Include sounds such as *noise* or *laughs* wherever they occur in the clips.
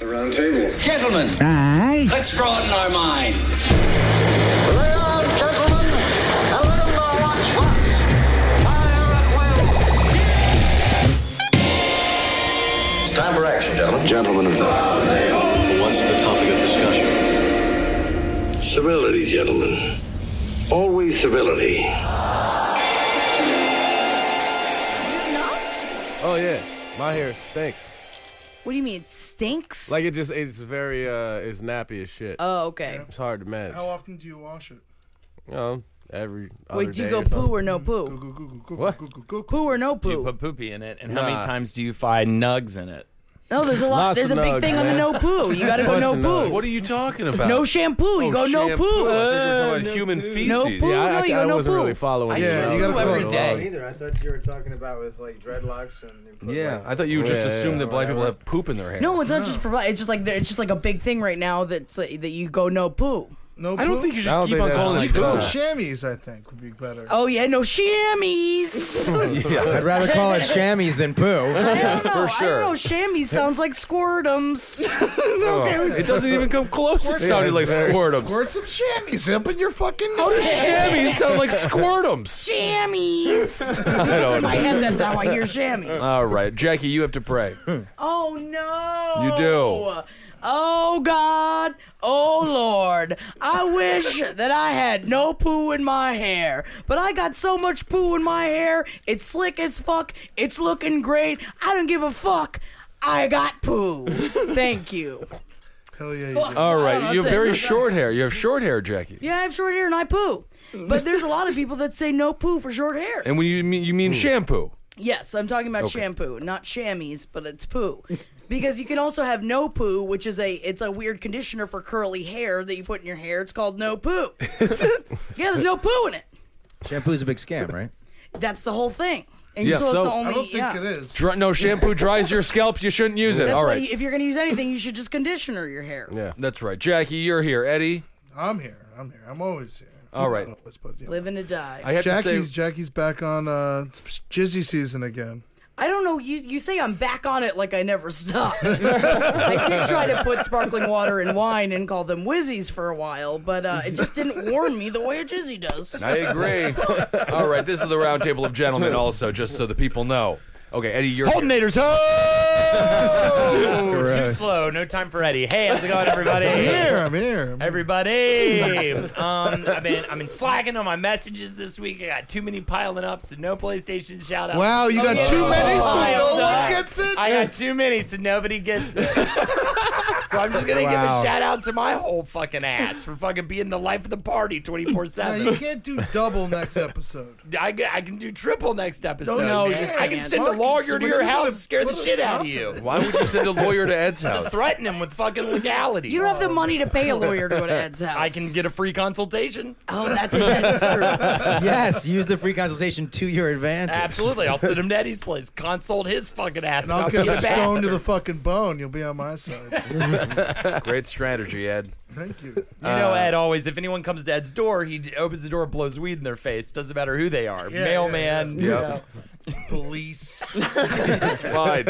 roundtable. Gentlemen, Aye. let's broaden our minds. Lay on, gentlemen, and let 'em know what's what. Fire at will. It's time for action, gentlemen. Gentlemen of What's the topic of discussion? Civility, gentlemen. Always civility. Oh yeah, my hair stinks. What do you mean? It stinks? Like it just it's very uh it's nappy as shit. oh, okay. It's hard to manage. How often do you wash it? You know, every other um, Wait, do you day go or poo something. or no poo? Goo, goo, goo, goo, What? goo, goo, goo, goo. Poo or no Do you poo? put poopy in it? And how many Nah. times do you find nugs in it? No, there's a lot. Lots There's a of big nugs, thing on the no man. poo. You gotta go Bunch no of poo. nugs. What are you talking about? No shampoo. You go no poo. I think we're talking about human feces. No poo. Yeah, I, no, you I, go no wasn't poo. really following. Yeah, that. you gotta every put day. it Hey. Either I thought you were talking about with like dreadlocks and you put, Yeah, like- I thought you just Yeah, assumed yeah, that black people have poop in their hair. No, it's not just for black. It's just like it's just like a big thing right now that's like, that you go no poo. No, I don't poo? think you I should don't keep think on that's calling like it No, that. poop. chamois. I think would be better. Oh yeah, no *laughs* shammies. Oh, I'd rather call it chamois than poo. I don't know. For I sure. don't know. Shammies sounds like *laughs* squirtums. It doesn't even come close. It sounded like squirtums. Squirt some chamois up in your fucking. How does chamois sound like squirtums? shammies. I don't My know. head. That's how I hear shammies. Uh, All right, Jackie, you have to pray. Oh no! You do. Oh God! Oh Lord! I wish *laughs* that I had no poo in my hair, but I got so much poo in my hair. It's slick as fuck. It's looking great. I don't give a fuck. I got *laughs* poo. Thank you. Hell yeah. You do. All I don't know, right, you have that's it. very short hair. You have short hair, Jackie. Yeah, I have short hair and I poo. But there's a lot of people that say no poo for short hair. And when you mean you mean shampoo. Yes, I'm talking about shampoo, not chamois, but it's poo. *laughs* Because you can also have no poo, which is a it's a weird conditioner for curly hair that you put in your hair. It's called no poo. yeah, there's no poo in it. Shampoo's a big scam, right? That's the whole thing. And Yeah, so, it's so- the only I don't think yeah. it is. Dry, no, shampoo dries your scalp. You shouldn't use it. That's All why right. you- if you're gonna use anything, you should just conditioner your hair. Yeah. That's right. Jackie, you're here. Eddie, I'm here. I'm here. I'm always here. All right. Not always, but, yeah. Living to die. I have Jackie's to say. Jackie's back on uh, it's Jizzy season again. I don't know. You you say I'm back on it like I never stopped. *laughs* I did try to put sparkling water in wine and call them whizzies for a while, but uh, it just didn't warn me the way a jizzy does. I agree. All right, this is the roundtable of gentlemen, also, just so the people know. Okay, Eddie, you're here. Holdenators, ho! Too Gross. slow. No time for Eddie. Hey, how's it going, everybody? I'm here. I'm here. Everybody, um, I've been I've been slacking on my messages this week. I got too many piling up, so no PlayStation Oh, shout out. Wow, you got yeah. too many, so Piled no up. one gets it. I got too many, so nobody gets *laughs* it. so I'm just gonna Wow. give a shout out to my whole fucking ass for fucking being the life of the party 24 No, you seven. can't do double next *laughs* episode. I, ca- I can do triple next episode. No, man. you I can can't. send a lawyer to we your need house to and scare the put shit a out stop of to you. this. Why would you send a lawyer to *laughs* Ed's house? Threaten him with fucking legalities. You don't have the money to pay a lawyer to go to Ed's house. *laughs* I can get a free consultation. Oh, that's that is true. yes, use the free consultation to your advantage. Absolutely. I'll sit him to Eddie's place, consult his fucking ass. And I'll about get being a a stone to bastard. the fucking bone. You'll be on my side. Great strategy, Ed. Thank you. You know, Ed always, if anyone comes to Ed's door, he d- opens the door, blows weed in their face. Doesn't matter who they are. Yeah, Mailman. yeah, you know. *laughs* Police. It's fine.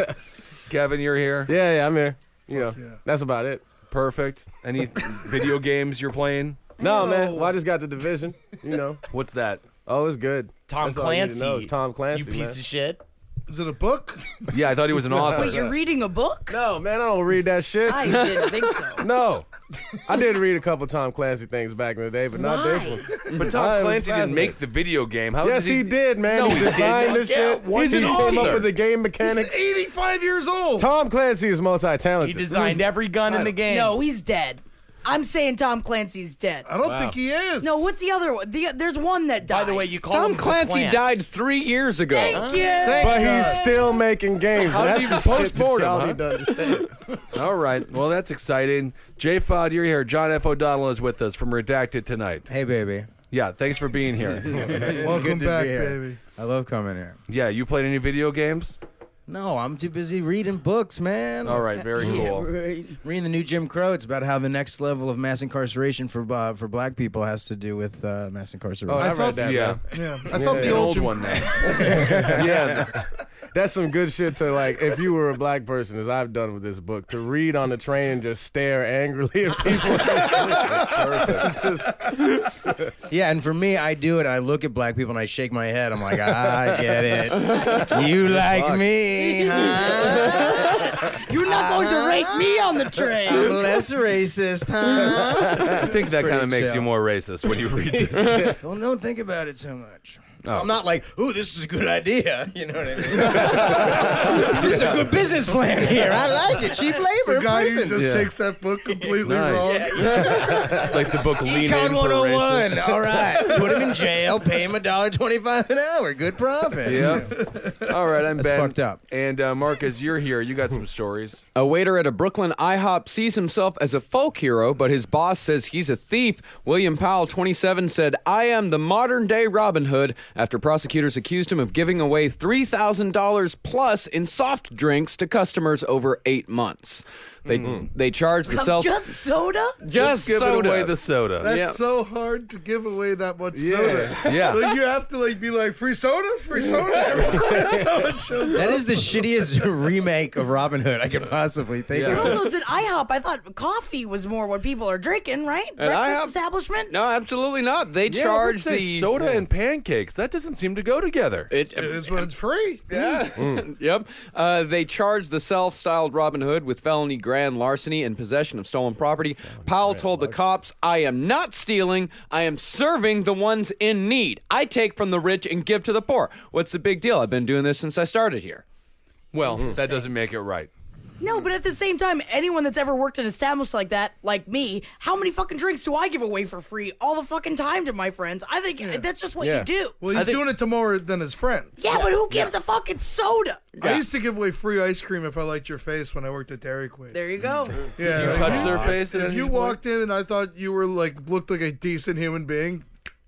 Kevin, you're here. Yeah, yeah, I'm here. You know, yeah. that's about it. Perfect. Any video games you're playing? No, man. Well, I just got the division. You know. What's that? Oh, it's good. Tom That's all you need to Clancy. know is Tom Clancy. You piece man. of shit. Is it a *laughs* book? Yeah, I thought *laughs* he was an author. Wait, *laughs* you're reading a book? No, man, I don't read that shit. I didn't think *laughs* so. No. I did read a couple Tom Clancy things back in the day, but not this Why? one. But I was Tom Clancy didn't fascinated. make the video game. How Yes, did Oh, he did, man. No, he he didn't. designed this Yeah, shit. why he did he came either? up with the game mechanics. 85 years old. Tom Clancy is multi-talented. He designed every gun in the game. No, he's dead. I'm saying Tom Clancy's dead. I don't think he is. No, what's the other one? The, there's one that died. Uh, By the way, you call Tom him Clancy Clance. died three years ago. Thank you. but he's still making games. How That's do you the shit that postmortem, y'all huh? need to understand. All right. Well, that's exciting. J Fod, you're here. John F. O'Donnell is with us from Redacted tonight. Hey, baby. Yeah, thanks for being here. *laughs* Welcome Good to back, be here. baby. I love coming here. yeah, you played any video games? No, I'm too busy reading books, man. All right, very cool. Right. Reading the new Jim Crow. It's about how the next level of mass incarceration for uh, for black people has to do with uh, mass incarceration. Oh, I, thought- read that. yeah. man. *laughs* Yeah. I thought An the old, Jim one. man. yeah. *laughs* that's some good shit to like. If you were a black person, as I've done with this book, to read on the train and just stare angrily *laughs* at people. It's just- Yeah, and for me, I do it. I look at black people and I shake my head. I'm like, "Ah, I get it. You like me, huh? You're not going to rape me on the train. I'm less racist, huh? I think that kind of makes chill. you more racist when you *laughs* read it. Well, don't think about it so much. Oh. I'm not like, ooh, this is a good idea. *laughs* You know what I mean? this is a good business plan here. I like it. Cheap labor The in guy who prison. just Yeah. takes that book completely Nice. wrong. It's like the book Lean In for Econ Racists. 101. All right. Put him in jail. Pay him a dollar twenty-five an hour. Good profit. Yeah. All right, I'm That's Ben. fucked up. And uh, Marcus, you're here. You got some stories. A waiter at a Brooklyn IHOP sees himself as a folk hero, but his boss says he's a thief. William Powell, 27, said, I am the modern day Robin Hood after prosecutors accused him of giving away $3,000 plus in soft drinks to customers over eight months. They, Mm-hmm. they charged the self. Just soda? just Giving soda. away the soda. That's Yeah. so hard to give away that much soda. Yeah. *laughs* Like you have to like be like free soda, free soda *laughs* *laughs* every time someone shows up. That is the shittiest *laughs* remake of Robin Hood I could possibly think Yeah. of. Also, it's an IHOP. I thought coffee was more what people are drinking, right? Breakfast IHOP? establishment. No, absolutely not. They Yeah, I would charged say the. soda and pancakes. That doesn't seem to go together. It, It is when it's free. Yeah. *laughs* yep. Uh, they charged the self-styled Robin Hood with felony grand larceny and possession of stolen property. Powell told the cops, "I am not stealing. I am serving the ones in need. I take from the rich and give to the poor. What's the big deal? I've been doing this since I started here." Well, Mm. that doesn't make it right. No, but at the same time, anyone that's ever worked at an establishment like that, like me, how many fucking drinks do I give away for free all the fucking time to my friends? I think that's just what Yeah. you do. Well, he's doing it to more than his friends. yeah, but who gives a fucking soda? I used to give away free ice cream if I liked your face when I worked at Dairy Queen. There you go. yeah, like, Touch their face. If you walked in and I thought you were like looked like a decent human being,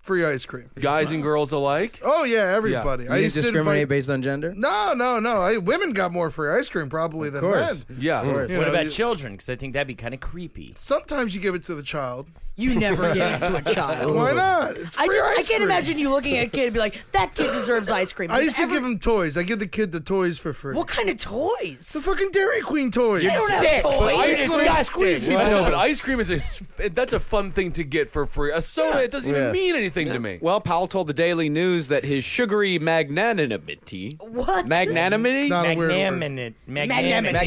free ice cream. guys and girls alike. Oh yeah, everybody. I You used to discriminate invite- based on gender? No, no, no. I, women got more free ice cream probably than course. men. Yeah. Mm. You What know, about you- children? Because I think that'd be kind of creepy. Sometimes you give it to the child. You never give it *laughs* to a child. Why not? It's free I just I ice can't cream. imagine you looking at a kid and be like, that kid deserves ice cream. I used to Ever- give him toys. I give the kid the toys for free. What kind of toys? The fucking Dairy Queen toys. I don't have toys. disgusting. I know, but ice cream is a s- that's a fun thing to get for free. A soda, it doesn't even Yeah. mean anything to me. Well, Powell told the Daily News that his sugary magnanimity, What? magnanimity, Not a weird word. Magnanimous. Magnanimous. Magnanimous.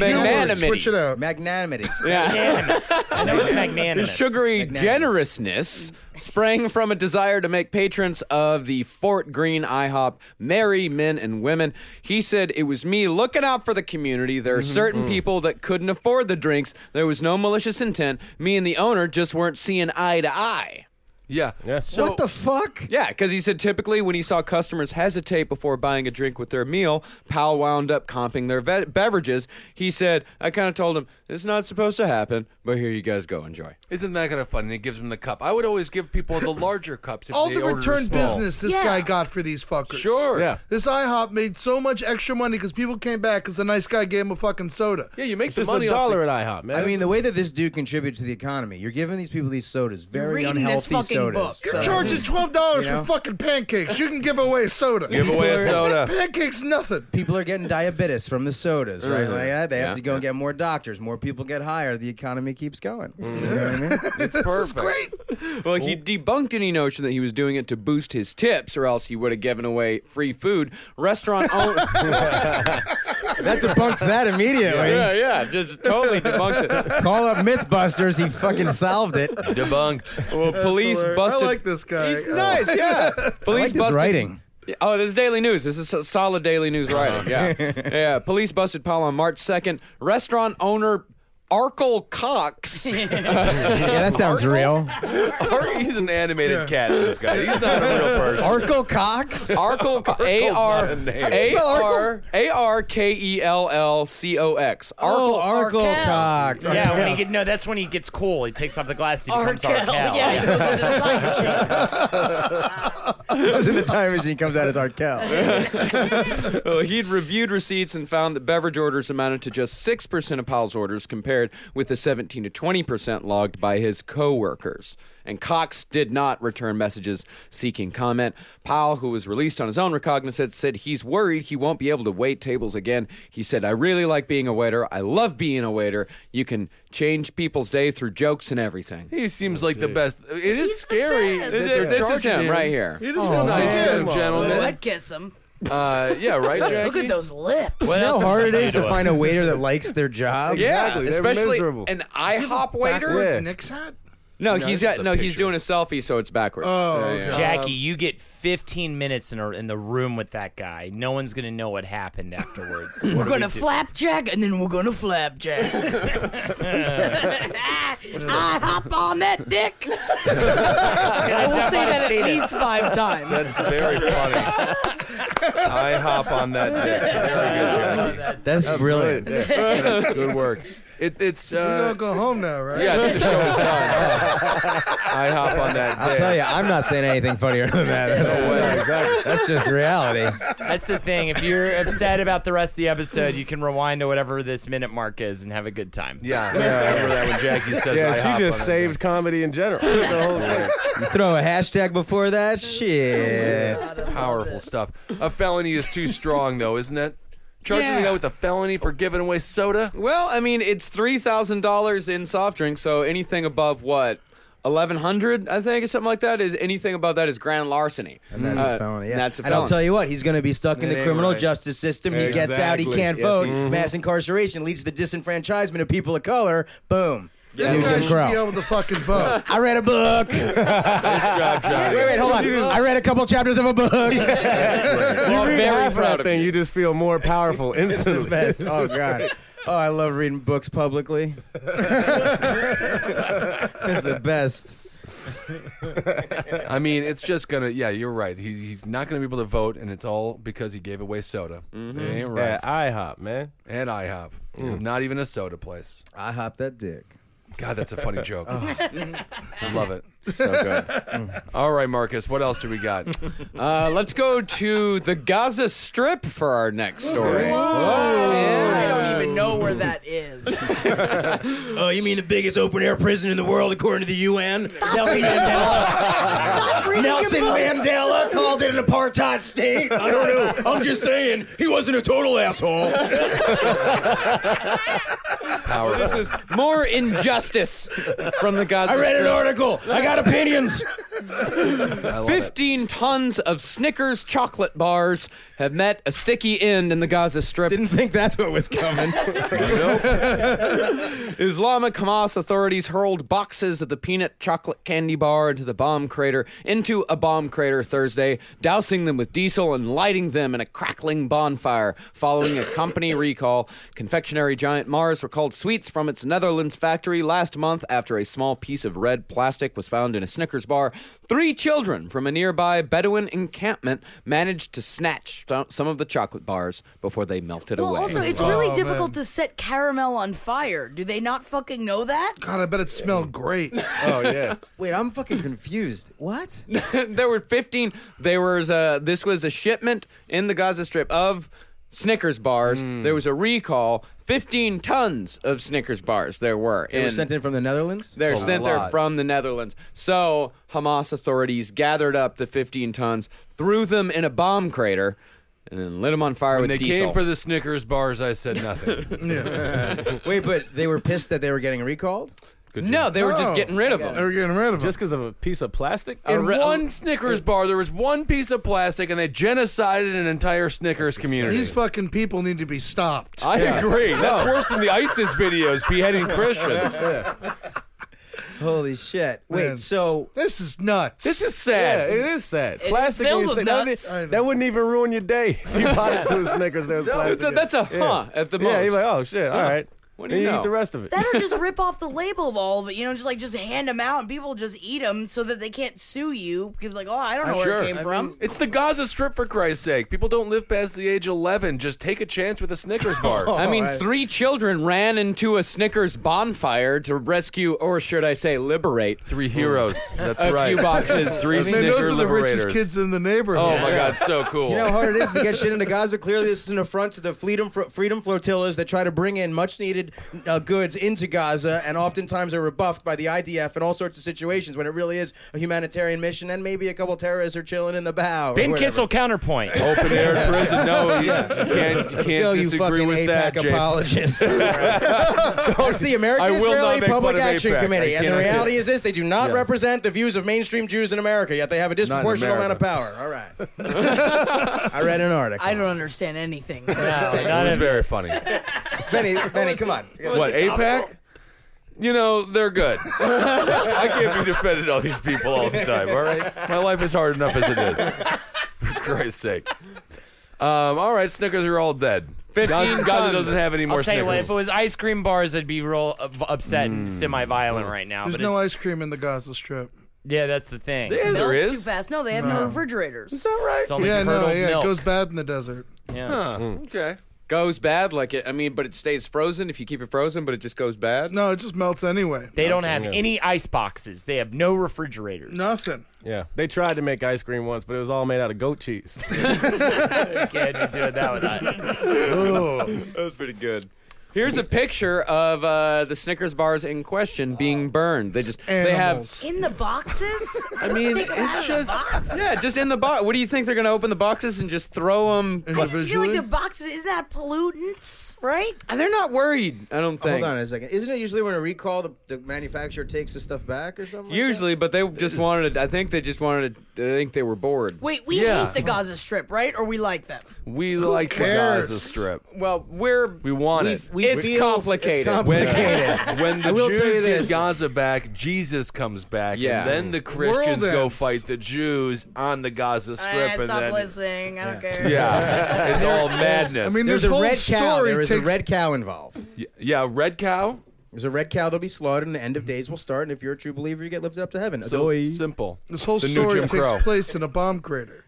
magnanimity, Switch it out. Magnanimity. Yeah. Magnanimous. I *laughs* know it's magnanimous. Sugary Magnanimous. generousness sprang from a desire to make patrons of the Fort Greene IHOP merry men and women. He said, It was me looking out for the community. There are certain people that couldn't afford the drinks. There was no malicious intent. Me and the owner just weren't seeing eye to eye. Yeah. So, what the fuck? Yeah, because he said typically when he saw customers hesitate before buying a drink with their meal, Powell wound up comping their ve- beverages. He said, I kind of told him, it's not supposed to happen, but here you guys go, enjoy. isn't that kind of fun? And it gives them the cup. I would always give people the larger cups. If All they the ordered a return small. business this Yeah. guy got for these fuckers. Sure. Yeah. This IHOP made so much extra money because people came back because the nice guy gave him a fucking soda. Yeah, you make the Just money a off the dollar at IHOP, man. I *laughs* mean, the way that this dude contributes to the economy, you're giving these people these sodas, very reading this unhealthy fucking sodas. book. You're charging twelve dollars You know? for fucking pancakes. You can give away soda. Give away *laughs* a soda. pancakes, nothing. People are getting diabetes from the sodas, right? Like that. They Yeah. have to go and get more doctors. More people get higher. The economy keeps going. You know what I mean? It's This is perfect. great. Well, he Oh. debunked any notion that he was doing it to boost his tips, or else he would have given away free food. *laughs* Restaurant owner. That debunks that immediately. *laughs* yeah, yeah, just totally debunked it. Call up MythBusters. He fucking solved it. Debunked. Well, police hilarious. busted. I like this guy. Oh. He's *laughs* I nice, yeah. I Police like this busted. writing. Oh, this is Daily News. This is so- solid Daily News Uh-huh. writing. Yeah, *laughs* yeah. Police busted Paul on March second. Restaurant owner. Arkle *laughs* Cox. Yeah, that sounds real. He's an animated cat. This guy. He's not a real person. Arkle Cox. *laughs* Arkle Co- A not R a name. A R A R K E L L C O X. Arkle Oh, Arkle Arkell. Cox. shocked. Yeah, when he get, no, that's when he gets cool. He takes off the glasses. He becomes Arkell, Arkell. yeah, he goes into the time machine. *laughs* Goes *laughs* in the time machine, comes out as Arkell. Uh, he'd reviewed receipts and found that beverage orders amounted to just 6% of Powell's orders compared with the 17 to 20% logged by his coworkers. And Cox did not return messages seeking comment. Powell, who was released on his own recognizance, said he's worried he won't be able to wait tables again. He said, I really like being a waiter. I love being a waiter. You can change people's day through jokes and everything. He seems like the best. It is scary. best. that This they're is, this is charging him right here. He Oh, just wants to Nice get young him. Ooh, gentleman. I'd kiss him. Uh, yeah, right, *laughs* Jackie? Look at those lips. You know how hard it is to find a waiter that likes their job? Yeah, Exactly. They're especially miserable. an IHOP waiter. Yeah. Nick's hat? No, Oh, No, he's this is got the no. He's picture. doing a selfie, so it's backwards. Oh, Yeah, okay. yeah. Jackie, you get 15 minutes in, a, in the room with that guy. No one's gonna know what happened afterwards. What We're do gonna we do? flapjack and then we're gonna *laughs* flapjack. *laughs* I hop on that dick. I will jump say on his that at penis. least five times. That's very *laughs* funny. I hop on that dick. Very good, Jackie. That's brilliant. *laughs* Good work. It, it's We're uh, gonna go home now, right? yeah. I think the show is done. *laughs* I hop on that dick. I'll tell you, I'm not saying anything funnier than that. That's, that's just reality. That's the thing. If you're upset about the rest of the episode, you can rewind to whatever this minute mark is and have a good time. Yeah, I remember that when Jackie says I Yeah, hop she on just that saved comedy in general. The whole thing. You throw a hashtag before that? Shit. dick. Powerful stuff. A felony is too strong, though, isn't it? Charging the guy with a felony for giving away soda. Well, I mean, it's three thousand dollars in soft drinks, so anything above what eleven hundred, I think, or something like that, is anything above that is grand larceny. And Mm. that's Uh, a felony. Yeah. and That's a and felony. I'll tell you what, he's going to be stuck in It the ain't criminal right. justice system. He gets out, he Exactly. can't Yes, vote. he- Mass incarceration leads to the disenfranchisement of people of color. Boom. This New guy Jim should Crow. be able to fucking vote. I read a book. wait, Nice job, Johnny. wait, hold on. I read a couple chapters of a book. Well, I'm very Half of proud that of thing, you. you. just feel more *laughs* powerful the instantly. *laughs* best. Oh god. Oh, I love reading books publicly. *laughs* it's the best. I mean, it's just gonna. Yeah, you're right. He, he's not gonna be able to vote, and it's all because he gave away soda. It ain't right. Yeah, IHOP, man. and IHOP. Not even a soda place. I hop that dick. God, that's *laughs* a funny joke. Oh. I love it. so good. All right, Marcus. What else do *laughs* we got? Uh, let's go to the Gaza Strip for our next story. I don't even know where that is. Oh, you mean the biggest open air prison in the world according to the UN? Nelson Stop Mandela. reading your Nelson books. Mandela called it an apartheid state. I don't know. I'm just saying he wasn't a total asshole. Powerful. This is more injustice from the *laughs* Gaza I read an Strip. article. I got opinions. 15 tons of Snickers chocolate bars have met a sticky end in the Gaza Strip. Didn't think that's what was coming. Islamic Hamas authorities hurled boxes of the peanut chocolate candy bar into the bomb crater into a bomb crater Thursday, dousing them with diesel and lighting them in a crackling bonfire following a company recall. Confectionery giant Mars recalled sweets from its Netherlands factory last month after a small piece of red plastic was found in a Snickers bar. Three children from a nearby Bedouin encampment managed to snatch some of the chocolate bars before they melted Well, away. also, it's Oh, really difficult to set caramel on fire. Do they not fucking know that? God, I bet it smelled great. Oh yeah. Wait, I'm fucking confused. What? there were 15 there was a this was a shipment in the gaza strip of snickers bars there was a recall 15 tons of snickers bars there were They were in- sent in from the Netherlands. they're It's a sent there lot. from the Netherlands. So Hamas authorities gathered up the 15 tons, threw them in a bomb crater, and then lit them on fire When they with diesel. came for the Snickers bars, I said nothing. Wait, but they were pissed that they were getting recalled. no, they were just Oh. getting rid of them. They were getting rid of him. Just because of a *laughs* piece of plastic? In re- one Snickers bar, there was one piece of plastic, and they genocided an entire Snickers community. These fucking people need to be stopped. I agree. That's worse than the ISIS videos beheading Christians. Holy shit! Wait, Man. so This is nuts. This is Yeah, sad. it is sad. plastic filled is with that, wouldn't- nuts. that, wouldn't even *laughs* ruin your day if you bought it two Snickers. There was It's plastic. a- in it. that's a huh at the most. Yeah, you're like, oh shit, all right. What do Then you you know? eat the rest of it. That or just rip off the label of all of it, you know, just like just hand them out and people just eat them so that they can't sue you. People like, oh, I don't know where it came from. It's the Gaza Strip, for Christ's sake. People don't live past the age of 11. Just take a chance with *laughs* a Snickers Oh, bar. I mean, three children ran into a Snickers bonfire to rescue, or should I say, liberate three heroes. *laughs* That's a right. few *laughs* boxes. Three of Man, those Snicker are the richest liberators. kids in the neighborhood. Oh, my God. So cool. Do you know how hard it is to get shit into Gaza? Clearly, this is an affront to the freedom freedom flotillas that try to bring in much needed uh, goods into Gaza, and oftentimes are rebuffed by the IDF in all sorts of situations when it really is a humanitarian mission, and maybe a couple terrorists are chilling in the bow. or Ben whatever. *laughs* Kissel counterpoint. *laughs* Open air prison. No, you can't, you Let's can't go, you disagree fucking with that, APAC Jason. *laughs* apologist. *laughs* That's the I American will not Israeli make Public fun of Action AIPAC. Committee. I And the cannot do reality it. is this they do not Yes. represent the views of mainstream Jews in America, yet they have a disproportionate amount of power. All right. *laughs* I read an article. I don't understand anything. It was very funny. Benny, Benny, come on. What, APAC? You know, they're good. *laughs* I can't be defending all these people all the time, all right? My life is hard enough as it is. For Christ's sake. Um, all right, Snickers are all dead. 15 Gaza, Gaza tons. doesn't have any more I'll tell you what, Snickers. if it was ice cream bars, I'd be real uh, upset and semi-violent right now. Hmm. There's but no it's- ice cream in the Gaza Strip. Yeah, that's the thing. yeah, there Milk's too is. fast. No, they have no, refrigerators. It's only Yeah, no, curdled yeah, milk. it goes bad in the desert. Huh, Okay. goes bad. Like it, I mean, but it stays frozen if you keep it frozen, but it just goes bad. No, it just melts anyway. They don't have any ice boxes. They have no refrigerators. Nothing. Yeah, they tried to make ice cream once, but it was all made out of goat cheese. You can't be doing that with that. That was pretty good. Here's a picture of uh, the Snickers bars in question being burned. They just they have Animals. In the *laughs* boxes? I mean, Take 'em it's out of just- The box? yeah, just in the box. What do you think they're gonna open the boxes and just throw them? I just feel like Individually? the boxes, is that pollutants, right? They're not worried. I don't think. Hold on a second. Isn't it usually when a recall, the, the manufacturer takes the stuff back or something? like that? Usually, but they just wanted. To, I think they just wanted. To, I think they were bored. Wait, we Yeah. hate the Gaza Strip, right? Or we like them? We like cares? the Gaza Strip. Well, we're We want We- it. we It's feel- complicated. It's when, complicated. when the I will Jews tell you get this. Gaza back, Jesus comes back, Yeah. and then the Christians World go ends. fight the Jews on the Gaza Strip, Eh, and stop then listening. I don't care. *laughs* *laughs* yeah, it's all madness. I mean, There's this a whole red cow. story There is a takes red cow involved. yeah, red cow, There's a red cow that'll be slaughtered, and the end of days will start. And if you're a true believer, you get lifted up to heaven. so Adoy. simple. this whole the new story Jim takes Crow. place in a bomb crater.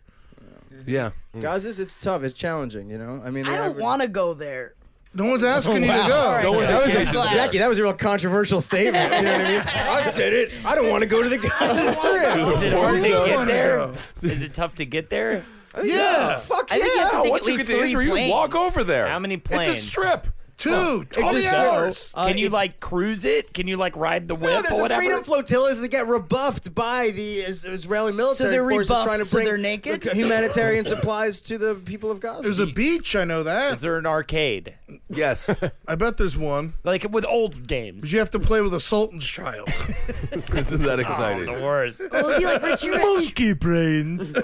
Yeah, Gaza's, mm. it's tough. It's challenging, you know? I mean, I don't want to go there. No one's asking you to go. All right. That was a, Yeah, glad. Jackie, that was a real controversial statement. You know what I mean? I said it. I don't want to *laughs* go to the Gaza Is Strip. it hard to Warsaw. get there? Is it tough to get there? Yeah, Fuck I think you have to yeah. take Once at you least get to three Israel, you planes. walk over there. How many It's planes? a strip. two, twenty just- hours. Uh, Can you it's- like cruise it? Can you like ride the No, whip there's or the whatever? freedom flotillas that get rebuffed by the Is- Israeli military they're forces rebuffed, trying to so bring they're naked? the humanitarian supplies to the people of Gaza. There's a beach. I know that. Is there an arcade? *laughs* Yes, I bet there's one. Like with old games. You have to play with a Sultan's child. isn't Oh, that exciting? The worst. Well, it'd be like Richie *laughs* Rich. Monkey brains.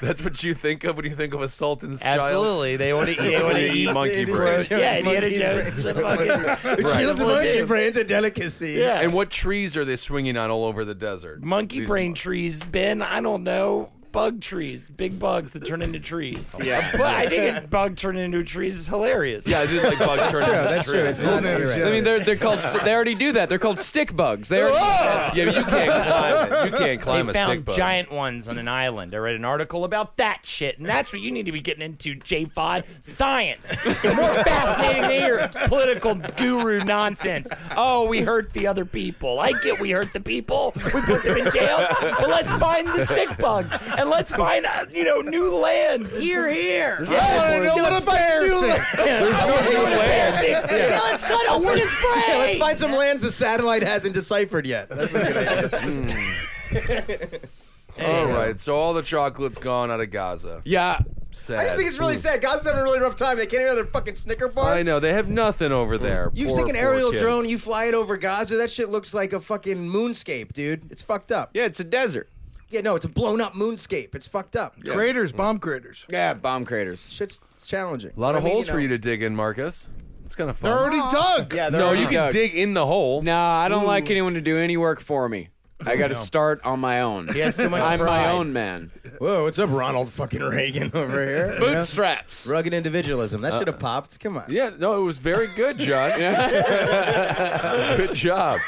That's what you think of when you think of a Sultan's child. Absolutely. *laughs* They want to eat. They want to *laughs* eat. monkey Indiana brains. Jones Yeah, Indiana monkey Jones. brains. Fucking- Shields Right. monkey brains a delicacy. *laughs* Yeah. And what trees are they swinging on all over the desert? monkey These brain mon- trees, Ben. I don't know. Bug trees, big bugs that turn into trees. Yeah. but I think a bug turning into trees is hilarious. Yeah, I did *laughs* like bugs turning True, into that's true. trees. It's not Little you're names, right. yeah. I mean, they're they're called. They already do that. They're called stick bugs. They already. Yeah, but you can't climb it. You can't They climb a found stick bug. giant ones on an island. I read an article about that shit, and that's what you need to be getting into, J5 science. You're more fascinating than your political guru nonsense. Oh, we hurt the other people. I get we hurt the people. We put them in jail, but let's find the stick bugs and let's find uh, you know new lands. Here, here. I know what a bear There's no new land. Yeah, let's cut open his brain. Yeah, *laughs* let's find some lands the satellite hasn't deciphered yet. That's *laughs* a good idea. All right, so all the chocolate's gone out of Gaza. Yeah. Sad. I just think it's really sad. Gaza's having a really rough time. They can't even have their fucking Snicker bars. I know they have nothing over there. You Poor, take an poor aerial kids. drone, you fly it over Gaza. That shit looks like a fucking moonscape, dude. It's fucked up. Yeah, it's a desert. Yeah, no, it's a blown up moonscape. It's fucked up. Craters, bomb craters. Yeah, bomb craters. Shit's it's challenging. A lot of I mean, holes for know. you to dig in, Marcus. It's kind of They're fun. already dug. Yeah, No, you can dig in the hole. Nah, I don't like anyone to do any work for me. I got to start on my own. He has too much I'm my pride. own man. Whoa, what's up, Ronald fucking Reagan *laughs* over here? You know? Bootstraps. Rugged individualism. That should have popped. Come on. Yeah, no, it was very good, John. *laughs* good job.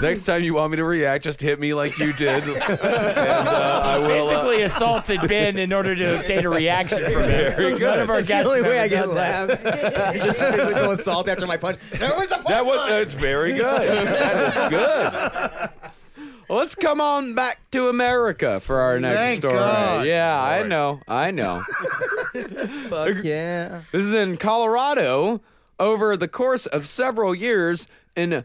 Next time you want me to react, just hit me like you did. And uh, I will. uh, Basically assaulted Ben in order to obtain a reaction from him. Very None good. of our *laughs* That's guests the only have way I ever get done that. laughs. It's just physical assault after my punch. That was the That was. It's very good. That was good. *laughs* Let's come on back to America for our next Thank story. God. Yeah, I know. I know. fuck. Yeah. this is in Colorado. Over the course of several years, an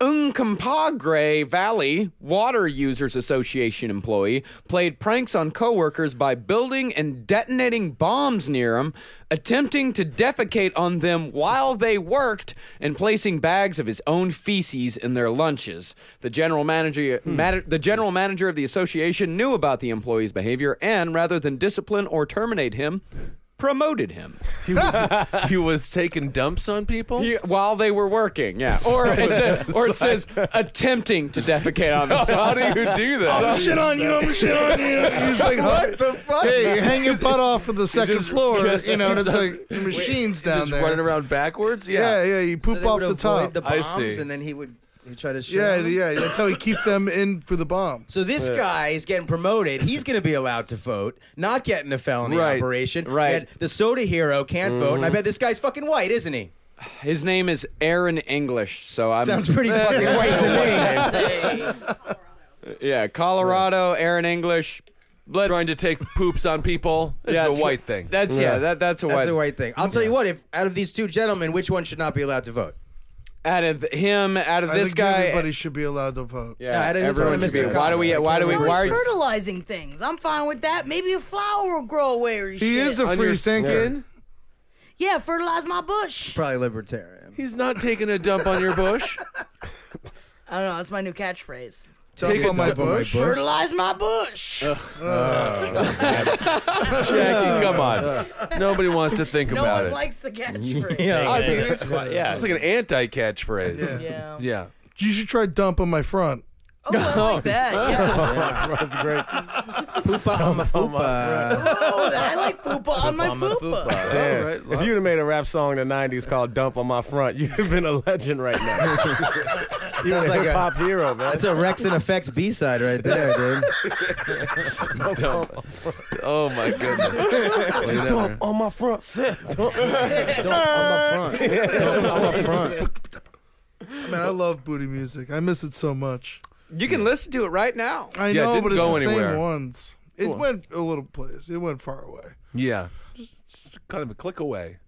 Uncompahgre Valley Water Users Association employee played pranks on coworkers by building and detonating bombs near them, attempting to defecate on them while they worked, and placing bags of his own feces in their lunches. The general manager, mana- the general manager of the association knew about the employee's behavior and, rather than discipline or terminate him, promoted him. He was taking dumps on people. Yeah, while they were working, *laughs* yeah. Or it says, or it says attempting to defecate on *laughs* themselves. How do you do that? shit on you. I'm shit on you. *laughs* He's like, What the fuck? Hey, you hang your butt off of the second just- floor, just- you know, and it's like the machines down Just there. running around backwards. Yeah, Yeah. yeah, you So poop they off would the avoid top. the I bombs, see. and then he would he try to shoot. yeah, them. yeah, that's how you keep them in for the bomb. So this guy is getting promoted. He's going to be allowed to vote, not getting a felony Right, operation. right. Yet the soda hero can't vote, and I bet this guy's fucking white, isn't he? *laughs* His name is Aaron English, so I'm Sounds *laughs* pretty fucking white to me. yeah, Colorado, Aaron English. Let's, Trying to take poops on people. It's yeah, a tr- white thing. That's yeah, that that's a That's white. the white thing. I'll tell you what. If out of these two gentlemen, which one should not be allowed to vote? Out of him, out of I this think guy. everybody should be allowed to vote. yeah, No, out of this everyone one should of Mr. be- Why do we? Cox. Why do we? I Well, Why? he's fertilizing things. I'm fine with that. Maybe a flower will grow away or shit. He is a On your free thinker. skin? yeah, fertilize my bush. Probably libertarian. He's not taking a dump on your bush. I don't know. That's my new catchphrase. Take Take a on my dump on my bush. Fertilize my bush. Jackie, come on. Nobody wants to think no about one it. likes the catchphrase. I Yeah, mean, that's it's, why- yeah. it's like an anti catchphrase. Yeah. Yeah. You should try dump on my front. Oh, I like that. Yeah. That's great. *laughs* Poopa, I'm a poopa. Oh, I like fupa on my fupa. Damn. All right, If you'd have made a rap song in the '90s called "Dump on My Front," you'd have been a legend right now. You're Sounds a like hip hop a, hero, man. *laughs* that's a Rex and Effects B side right there, dude. Dump. Oh my goodness. Just dump on my front, set. *laughs* Don't on *laughs* my front. Don't on my front. Man, I love booty music. I miss it so much. You can listen to it right now. I Yeah, it know, didn't but it's go the anywhere. same ones. It went a little place. It went far away. Yeah. Just, just kind of a click away.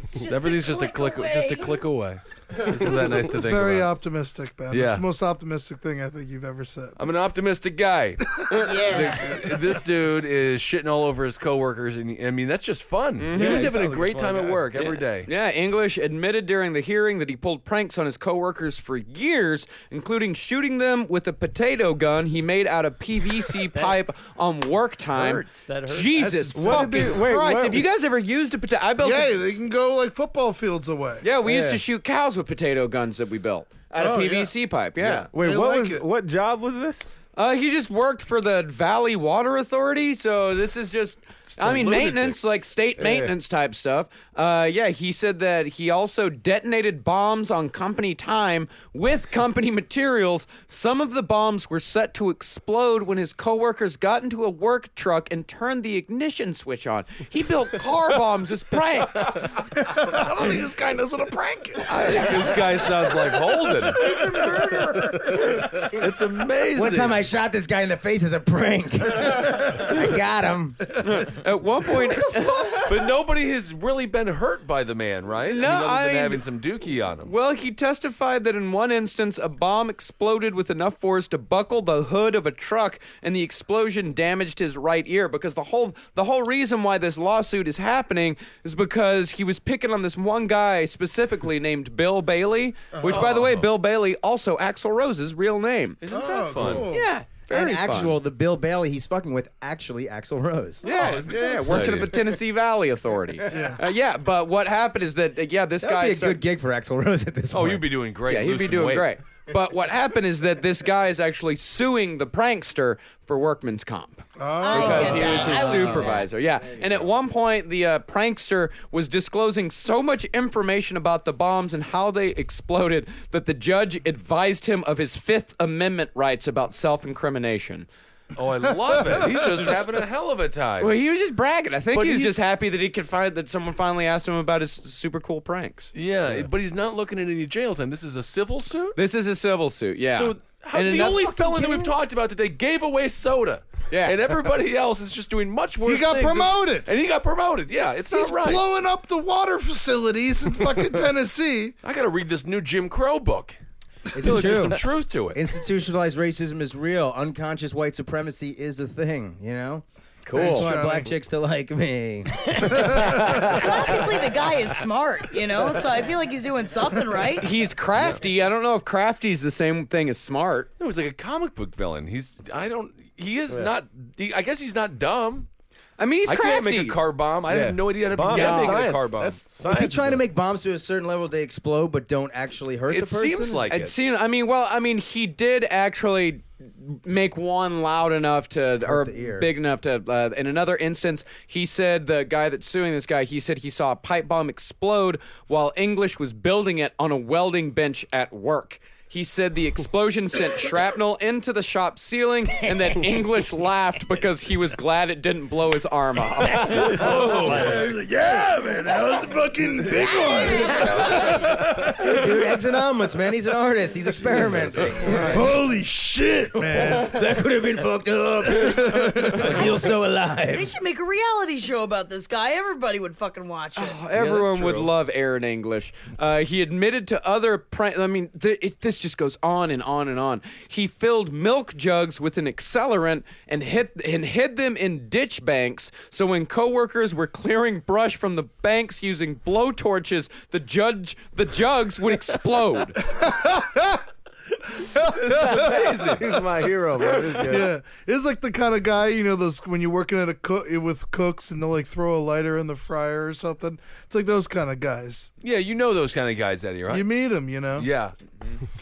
Just Everything's just a click, away. just a click away. Isn't that nice to think Very uh, about? optimistic, Ben. Yeah. It's the most optimistic thing I think you've ever said. I'm an optimistic guy. Yeah. this dude is shitting all over his coworkers, and I mean that's just fun. He was Mm-hmm. he having a sounds like a great fun time at guy. work every day. Yeah, English admitted during the hearing that he pulled pranks on his coworkers for years, including shooting them with a potato gun he made out of PVC pipe on work time. hurts. That hurts. Jesus What fucking did they- wait, Christ! what- Have you guys ever used a potato? I built. a- Yeah, they can go like football fields away. yeah, we used to shoot cows with potato guns that we built out Oh, of yeah. PVC pipe. Yeah. Wait, They what like was it. what job was this? Uh, he just worked for the Valley Water Authority, so this is just. I mean, lunatic. maintenance, like state maintenance type stuff. Uh, yeah, he said that he also detonated bombs on company time with company materials. Some of the bombs were set to explode when his coworkers got into a work truck and turned the ignition switch on. He built car bombs as pranks. I don't think this guy knows what a prank is. I think this guy sounds like *laughs* Holden. He's a murderer. It's amazing. One time I shot this guy in the face as a prank. I got him. At one point, but nobody has really been hurt by the man, right? No, I been mean- having some dookie on him. Well, he testified that in one instance, a bomb exploded with enough force to buckle the hood of a truck, and the explosion damaged his right ear. Because the whole the whole reason why this lawsuit is happening is because he was picking on this one guy specifically named Bill Bailey, which, by the Oh. way, Bill Bailey also Axl Rose's real name. Oh, cool. Yeah, And very fun. actual, the Bill Bailey he's fucking with actually Axl Rose. Yeah, yeah, working at the Tennessee Valley *laughs* Authority. yeah. Uh, yeah, but what happened is that uh, yeah, this That would guy be a so- good gig for Axl Rose at this Oh, point. you'd be doing great. Yeah, he'd Lose be some doing weight. great. But what happened is that this guy is actually suing the prankster for workman's comp. Oh, because he was his supervisor. Yeah. And at one point, the uh, prankster was disclosing so much information about the bombs and how they exploded that the judge advised him of his Fifth Amendment rights about self incrimination. Oh, I love it. He's *laughs* just having a hell of a time. Well, he was just bragging. I think But he was he's- just happy that he could find that someone finally asked him about his super cool pranks. yeah, but he's not looking at any jail time. This is a civil suit. This is a civil suit, yeah. So how, And the another- only felon that we've talked about today gave away soda. Yeah. and everybody else is just doing much worse. got things. promoted. and he got promoted. Yeah, it's He's not right. blowing up the water facilities in *laughs* fucking Tennessee. I got to read this new Jim Crow book. It's Feel like there's true. some truth to it. Institutionalized racism is real. Unconscious white supremacy is a thing. You know. Cool. I Thanks, just want Johnny. black chicks to like me. And obviously, the guy is smart, you know. So I feel like he's doing something *laughs* right. He's crafty. I don't know if crafty's the same thing as smart. No, he's like a comic book villain. He's I don't. He is not. He, I guess he's not dumb. I mean, he's I crafty. can't make a car bomb. I have no idea how to Bomb. begin Yeah, making a science. car bomb. That's Is science. he trying to make bombs to a certain level they explode but don't actually hurt the it person? seems like It it. seemed. I mean, well, I mean, he did actually make one loud enough to or the ear. big enough to uh, in another instance he said the guy that's suing this guy he said he saw a pipe bomb explode while english was building it on a welding bench at work he said the *laughs* explosion sent shrapnel into the shop ceiling and that english laughed because he was glad it didn't blow his arm off yeah, man, that was a fucking big one. Dude, eggs and omelets, man. He's an artist. He's experimenting. Holy shit, man. That could have been fucked up. I feel so They alive. should make a reality show about this guy. Everybody would fucking watch it. Oh, Everyone would love Aaron English. Uh, he admitted to other. Prank- I mean, th- it, this just goes on and on and on. He filled milk jugs with an accelerant and hid and hid them in ditch banks. So when coworkers were clearing brush from the banks using blowtorches, the judge the jugs would explode. *laughs* He's my hero, man. This guy. Yeah, it's like the kind of guy you know those when you're working at a cook with cooks and they'll like throw a lighter in the fryer or something. It's like those kind of guys. yeah, you know those kind of guys, Eddie, right? You meet them, you know. *laughs* Yeah.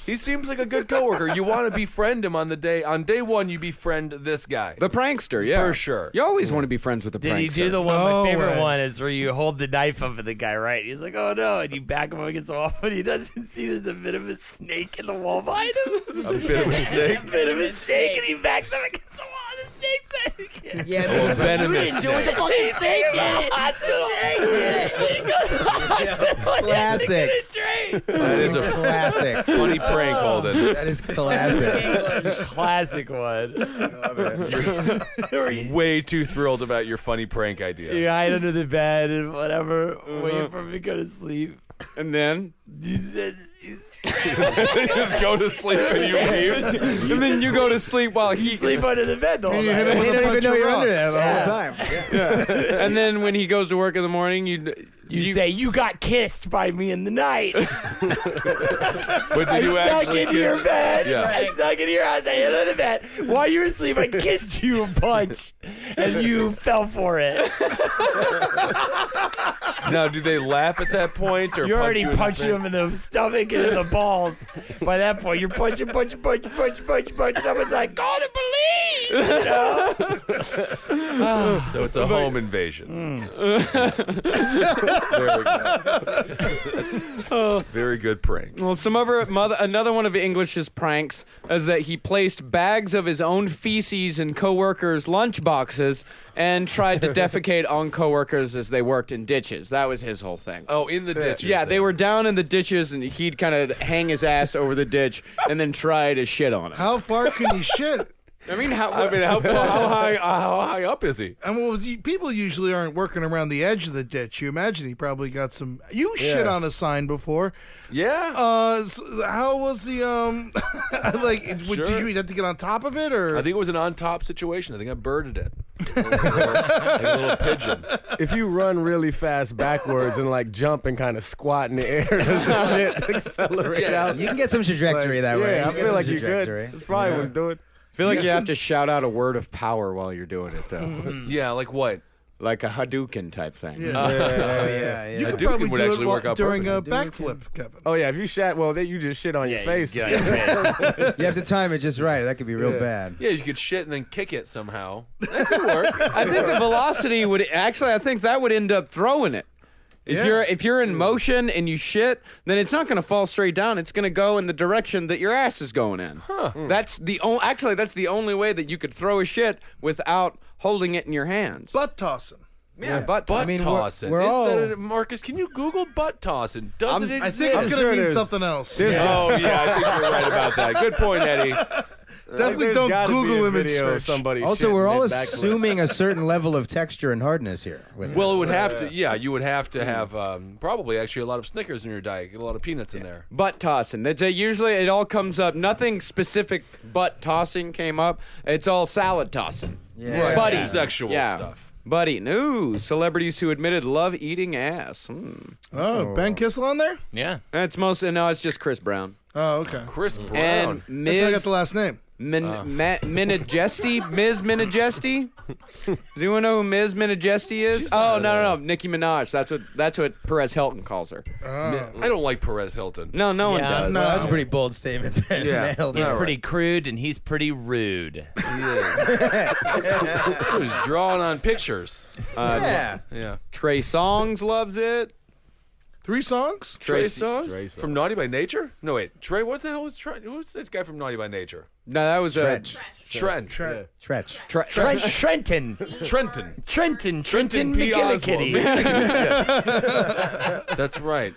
He seems like a good coworker. You want to befriend him on the day on day one. You befriend this guy. the prankster, yeah, For sure. You always want to be friends with the Did prankster. he do the one? No my favorite way. one is where you hold the knife up at the guy, right? He's like, "Oh no!" and you back him up against the wall, *laughs* but he doesn't see there's a bit of a snake in the wall behind him. a bit of a *laughs* snake. a bit of a snake, and he backs up against the wall. and The snake's like, Yeah, because you venomous didn't do it. The fucking snake did it. The snake did it. he goes to the hospital. Classic. *laughs* Train. That is *laughs* a Classic. funny prank, Holden. That is *laughs* classic. English. *laughs* Classic one. Oh, *laughs* Where you Way too thrilled about your funny prank idea. you hide under the bed and whatever, Uh-huh. waiting for him to go to sleep. and then You, said- you *laughs* just go to sleep and you *laughs* leave. and then you go to sleep while he sleep under the bed the whole You night. hit him They with a don't even bunch know of you're under rocks. there the whole time. and then when he goes to work in the morning, you You, say you got kissed by me in *laughs* the night. But I did you snuck actually into kiss your him? bed. Yeah. I snuck into your house. I hid under the bed. While you were asleep, I kissed you a bunch, and you fell for it. Now, do they laugh at that *laughs* point or You're punch already you in the punching face? him in the stomach and in the balls. By that point, you're punching, punching, punching, punching, punching, punching. Someone's like, call the police. You know? So it's a home invasion. there we go. *laughs* Very good prank. Well, some other mother, another one of English's pranks is that he placed bags of his own feces in coworkers' lunchboxes and *laughs* tried to defecate on coworkers as they worked in ditches. That was his whole thing. Oh, in the ditches. yeah, they were down in the ditches, and he'd kind of hang his ass over the ditch and then try to shit on him. How far can you shit? *laughs* I mean, how? I mean, *laughs* *laughs* how, how high? uh, How high up is he? I mean, well, you- people usually aren't working around the edge of the ditch. You imagine he probably got some. You shit on a sign before. Yeah. Uh, s how was the um? *laughs* like, it- would- Sure. did you have to get on top of it or? I think it was an on top situation. I think I birded it. *laughs* like a little pigeon. If you run really fast backwards and like jump and kind of squat in the air, does the shit accelerate out? You can get some trajectory that way. yeah, I You get feel some like you could. trajectory. *laughs* That's probably what it's doing. I feel like you have to shout out a word of power while you're doing it, though. Mm. Yeah, like what? like a Hadouken type thing. Yeah. Oh, yeah, yeah. You could Hadouken probably would do actually it while, work out during a perfectly. backflip, Kevin. Oh yeah, if you shat, well, then you just shit on your face. Yeah, yeah, *laughs* yeah. You have to time it just right. or That could be real bad. Yeah, you could shit and then kick it somehow. I think the velocity would actually. I think that would end up throwing it. If Yeah. you're if you're in motion and you shit, then it's not going to fall straight down. It's going to go in the direction that your ass is going in. Hmm. That's the only. Actually, that's the only way that you could throw a shit without holding it in your hands. Butt tossing. yeah, butt. Butt I mean, we're- tossing. we're Is all- that it? Marcus, can you Google butt tossing? Does it I exist? think it's sure going to mean there's- something else. oh, yeah, I think you're right about that. Good point, *laughs* Eddie. Definitely There's don't gotta be Google a image video of search. somebody. Also, we're shitting all in backflip. assuming a certain level of texture and hardness here. with Well, it would have to, yeah, you would have to have um, probably actually a lot of Snickers in your diet, get a lot of peanuts in there. butt tossing. That's a, usually it all comes up. Nothing specific butt tossing came up. It's all salad tossing. Yeah. Right. buddy. Yeah. Sexual yeah. stuff. Buddy, no celebrities who admitted love eating ass. Hmm. Oh, Ben Kissel on there? yeah. That's most. No, it's just Chris Brown Oh, okay. Chris Brown. and That's how I got Ms. the Ah. last name. Min, Ma- Minajesti. *laughs* Ms. Minajesti. Does anyone know who Ms. Minajesti is? Oh no, no, no, Nicki Minaj. That's what that's what Perez Hilton calls her. Mm. I don't like Perez Hilton. No, no one Yeah, does. Well, that's a pretty bold statement. Ben. Yeah. Nailed it. He's pretty crude and he's pretty rude. He was drawing on pictures. Yeah. Yeah. Trey Songs loves it. Three songs? Trey Tracy- Songz? From Naughty by Nature? No, wait. Trey, what the hell was Trey? Who's that guy from Naughty by Nature? No, that was a Tretch. Trent. Tre- Tretch. Tre- Trent, Trenton. Trenton. Trenton. Trenton P. McGillicuddy. That's right.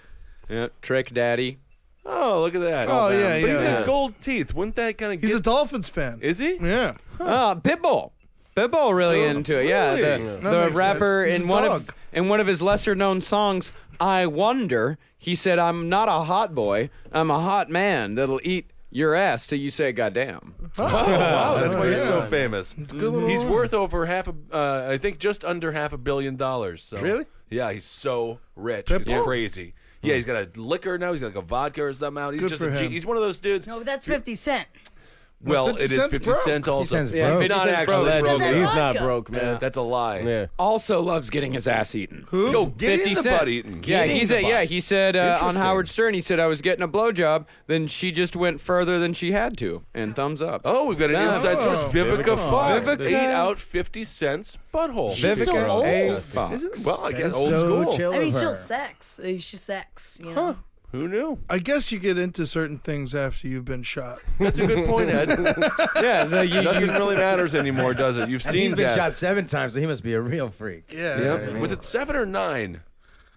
Yeah, Trick Daddy. *laughs* Oh, look at that. Oh, yeah, But he's yeah. got gold teeth. Wouldn't that kind of He's get... a Dolphins fan. Is he? yeah. Uh, Pitbull. Pitbull really into it. Yeah, Oh, really? the, That the makes rapper sense. He's in a one of dog. in one of his lesser known songs, "I Wonder," he said, "I'm not a hot boy. I'm a hot man that'll eat your ass till you say goddamn." Wow, Oh, that's why he's Oh, so yeah. famous. He's worth over half a, uh, I think just under half a billion dollars. So. Really? Yeah, he's so rich. Pitbull? It's crazy. Yeah, he's got a liquor now. He's got like a vodka or something out. He's Good just for a, him. He's one of those dudes. No, but that's 50 Cent. well, 50 it is Cent's 50 broke. Cent also. Cent's Yeah, broke. Fifty Not Cent's actually broke. broke. Isn't that He's not vodka? broke, man. That's a lie. Yeah. Also loves getting his ass eaten. Who? Yo, get 50 in the Cent. butt eating. Yeah, Get he in said. the Yeah, butt. he said uh, on Interesting. Howard Stern. He said I was getting a blowjob. Then she just went further than she had to, and thumbs up. Oh, we've got an Oh. inside source. Vivica, Fox Vivica. ate out 50 cents butthole. She's so old. A. Fox. Isn't it? Well, I guess That's old so school. chill I of mean, she'll her. sex. Uh, She's sex, you know. Who knew? I guess you get into certain things after you've *laughs* been shot. That's a good point, *laughs* Ed. yeah, the, you, you- Nothing really matters anymore, does it? You've And seen he's been death. shot seven times, so he must be a real freak. Yeah. Was it seven or nine?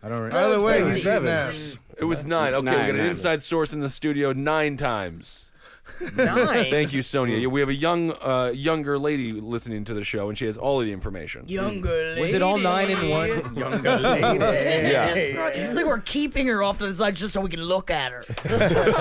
I don't remember. Either way, he's eating seven. ass. It was nine. Okay, we nine, got an nine. inside source in the studio nine times. *laughs* Nine. Thank you, Sonia. Mm. Yeah, We have a young, uh, younger lady listening to the show, and she has all of the information. Younger lady. Was it all nine in one? *laughs* Younger lady. That's right. It's like we're keeping her off to the side just so we can look at *laughs* her.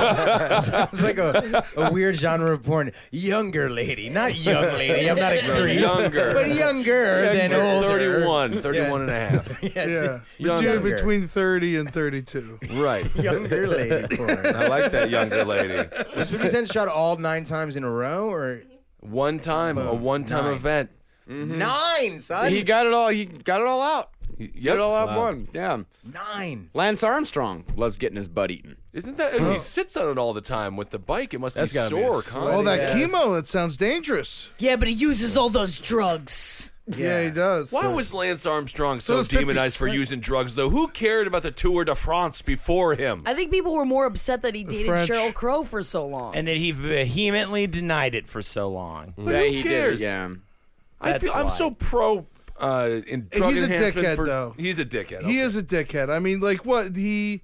It's like a, a weird genre of porn. Younger lady, not young lady. I'm not a creep. Younger. But younger than older. 31, 31 and *laughs* a half. Yeah. Yeah. Younger. Between, between 30 and 32. Right. Younger lady porn. I like that younger lady. Was 50 Cent shot all nine times in a row or One time, a one-time Nine. event. Mm-hmm. nine, son? he got it all. He got it all out. Got Yep. it all out one. Yeah. nine. Lance Armstrong loves getting his butt eaten. Isn't that? He sits on it all the time with the bike. It must That's be gotta be a sore. sweat. constantly. All that chemo, that sounds dangerous. Yeah, but he uses all those drugs. Yeah, he does. Why was Lance Armstrong So so, does 50 demonized for Cent. using drugs, though? Who cared about the Tour de France before him? I think people were more upset that he dated French. Cheryl Crow for so long. And that he vehemently denied it for so long. Mm. But Yeah, who he cares? did. Yeah. I That's feel, I'm why. so pro uh, in drug He's a enhancement dickhead, for- though. He's a dickhead. He is a dickhead. I mean, like what he,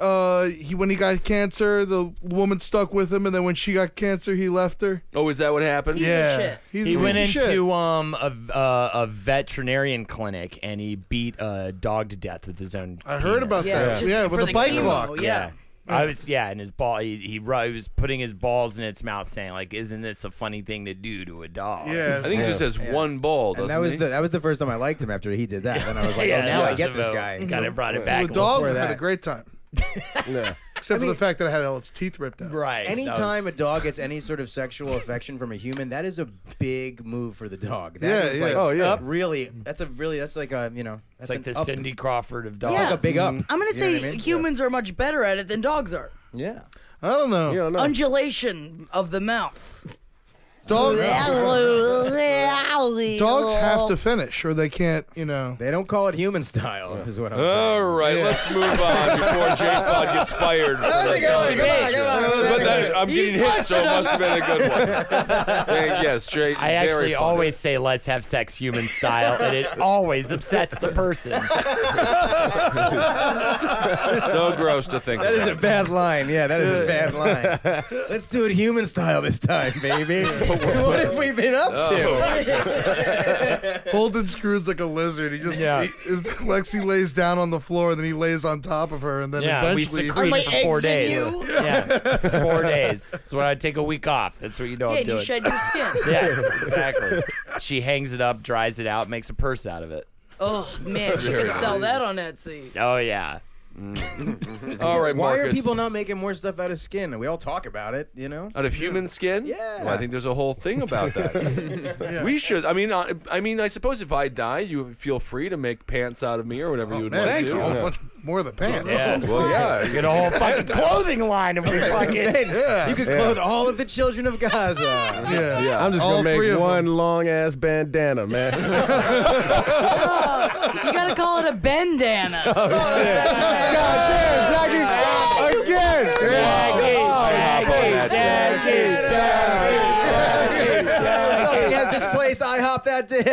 uh, he when he got cancer, the woman stuck with him, and then when she got cancer, he left her. Oh, is that what happened? He's a yeah, shit. he's He a went piece of shit. into um a, uh, a veterinarian clinic and he beat a dog to death with his own. I heard about yeah, that. just Yeah, for with a the bike chemo, lock. Oh, Yeah. I was yeah, and his ball he, he ru- he was putting his balls in its mouth, saying like, "Isn't this a funny thing to do to a dog?" Yeah, I think he just has one ball. Doesn't And that was he? the that was the first time I liked him after he *laughs* did that. Then I was like, Yeah, oh, now that I was get this Mm-hmm. about- guy. Got it, brought it well, back. the a little dog before had that. a great time. Yeah. Except for the fact that I had all its teeth ripped out. Right. Anytime a dog gets any sort of sexual affection from a human, that is a big move for the dog. That Yeah, is yeah. like Oh, yeah. really that's a really that's like a you know It's that's like an the up- Cindy Crawford of dogs. It's like a big up. I'm You gonna know say what I mean? humans are much better at it than dogs are. Yeah. I don't know. You don't know. Undulation of the mouth. Dogs, Dogs Oh, *laughs* dogs have to finish or they can't, you know. They don't call it human style, is what I'm All saying. right, let's move *laughs* on before J Pod gets fired. for How's it this going? Come on, conversation. come on. But that- I'm He's getting hit, so it punching must have been a good *laughs* one. Thank- yes, Jay. I very actually funny. always say let's have sex human style, *laughs* and it always upsets the person. so gross to think. That is a about. bad line. Yeah, that is a bad line. Let's do it human style this time, baby. what have we been up to? Oh, Holden screws like a lizard. He just Yeah. he- is- Lexi lays down on the floor, then he lays on top of her, and then Yeah, we eventually secrete Like for four eggs in days. you? Yeah, four days. That's when I take a week off. That's what you know Yeah, I'm and you doing. shed your *laughs* skin. yes, exactly. She hangs it up, dries it out, makes a purse out of it. oh man, she could sell that on Etsy. Oh yeah. All right, Why Marcus. are people not making more stuff out of skin? We all talk about it, you know. out of human skin? Yeah. Well, I think there's a whole thing about *laughs* that. We should. I mean, I, I mean, I suppose if I die, you feel free to make pants out of me or whatever you would Oh, Man, like it's to. all Yeah. much more than pants. Well, yeah. Get a whole fucking clothing line *laughs* if we fucking. Then you could clothe all of the children of *laughs* Gaza. Yeah. Yeah. I'm just All gonna three of make 'em. one *laughs* long ass bandana, man. You gotta call it a *laughs* bandana. Damn, Jackie, again. Oh, Something has displaced IHOP that dick.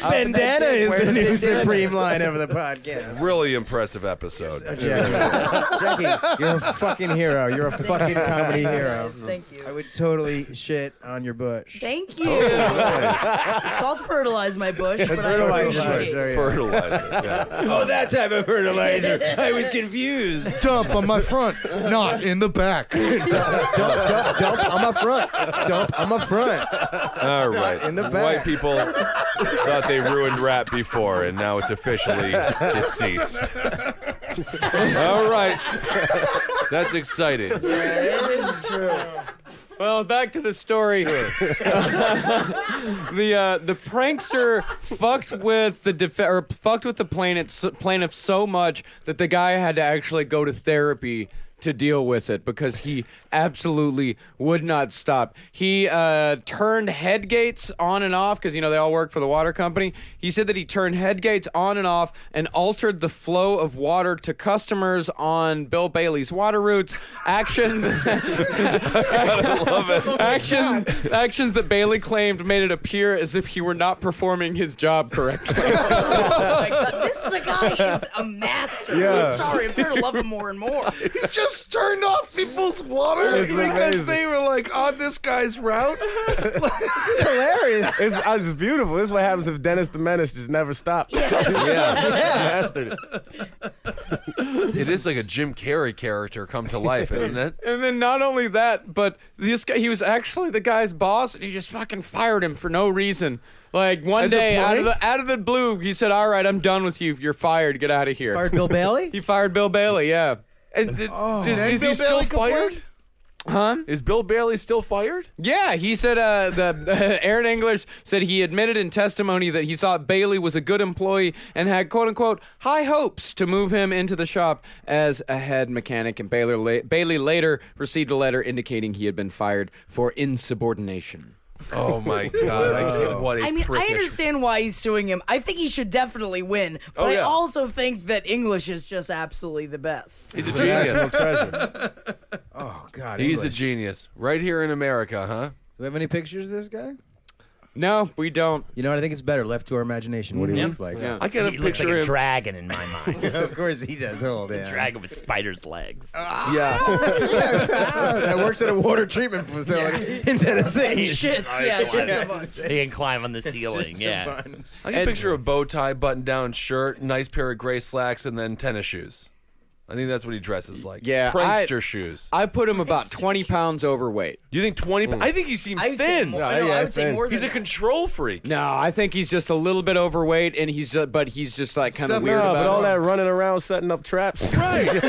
Bandana is the new supreme line of the podcast. Really impressive episode. Jackie, Jackie, you're a fucking hero. You're a fucking comedy hero. Thank I you. would totally shit on your bush. Thank you. it's called fertilize my bush. but I fertilize your appreciate bush. it. There you go. Fertilizer. Yeah. Oh, that type of fertilizer. I was confused. Dump on my front, not in the back. dump, dump, dump. I'm up front. Dump, I'm up front. *laughs* All right. in the White back. people thought they ruined rap before, and now it's officially deceased. All right. That's exciting. Well, back to the story. *laughs* the uh, the prankster fucked with the def- or fucked with the plaintiff plaintiff so much that the guy had to actually go to therapy to deal with it because he absolutely would not stop. He uh, turned head gates on and off because you know they all work for the water company. He said that he turned head gates on and off and altered the flow of water to customers on Bill Bailey's water routes. Action. Action, actions that Bailey claimed made it appear as if he were not performing his *laughs* job correctly. Oh my God, This is a guy is a master. Yeah. I'm sorry, I'm starting to love him more and more. He just turned off people's water It's because amazing. they were like on this guy's route. This is hilarious. It's, uh, it's beautiful. This is what happens if Dennis the Menace just never stopped. *laughs* Yeah. Mastered it. It is like a Jim Carrey character come to life, isn't it? and then not only that, but this guy he was actually the guy's boss and he just fucking fired him for no reason. Like one As a day out of prank? the out of the blue, he said, "All right, I'm done with you. You're fired. Get out of here." Fired Bill Bailey? He fired Bill Bailey, yeah. Oh. And did, did- Then is Bill he still Bailey complained? fired? Huh? *laughs* Is Bill Bailey still fired? Yeah, he said uh, the *laughs* Aaron English said he admitted in testimony that he thought Bailey was a good employee and had quote unquote high hopes to move him into the shop as a head mechanic. And Baylor la- Bailey later received a letter indicating he had been fired for insubordination. Oh my God! I can't, what a I mean, I prickish- understand why he's suing him. I think he should definitely win, but Oh, I yeah. also think that English is just absolutely the best. *laughs* He's a genius. Treasure. Oh, God. He's a English. genius, right here in America, huh? Do we have any pictures of this guy? No, we don't. You know what? I think it's better left to our imagination what he looks like. Yeah. I He *laughs* kind of looks like picture a him. dragon in my mind. *laughs* of course he does. Oh, Hold on. dragon with spider's legs. yeah, *laughs* that works at a water treatment facility in Tennessee. *laughs* *laughs* Shit, yeah, shit's a bunch. He can climb on the ceiling. Yeah. I can picture a bow tie, button down shirt, nice pair of gray slacks, and then tennis shoes. I think that's what he dresses like. Yeah, I- prankster shoes. I put him about 20 pounds overweight. You think twenty? I think he seems I would say thin. more- No, no, I yeah, would say thin. more He's than a that. control freak. No, I think he's just a little bit overweight, and he's uh, but he's just like kind of Step weird up, No, about but all it. that running around setting up *laughs* traps.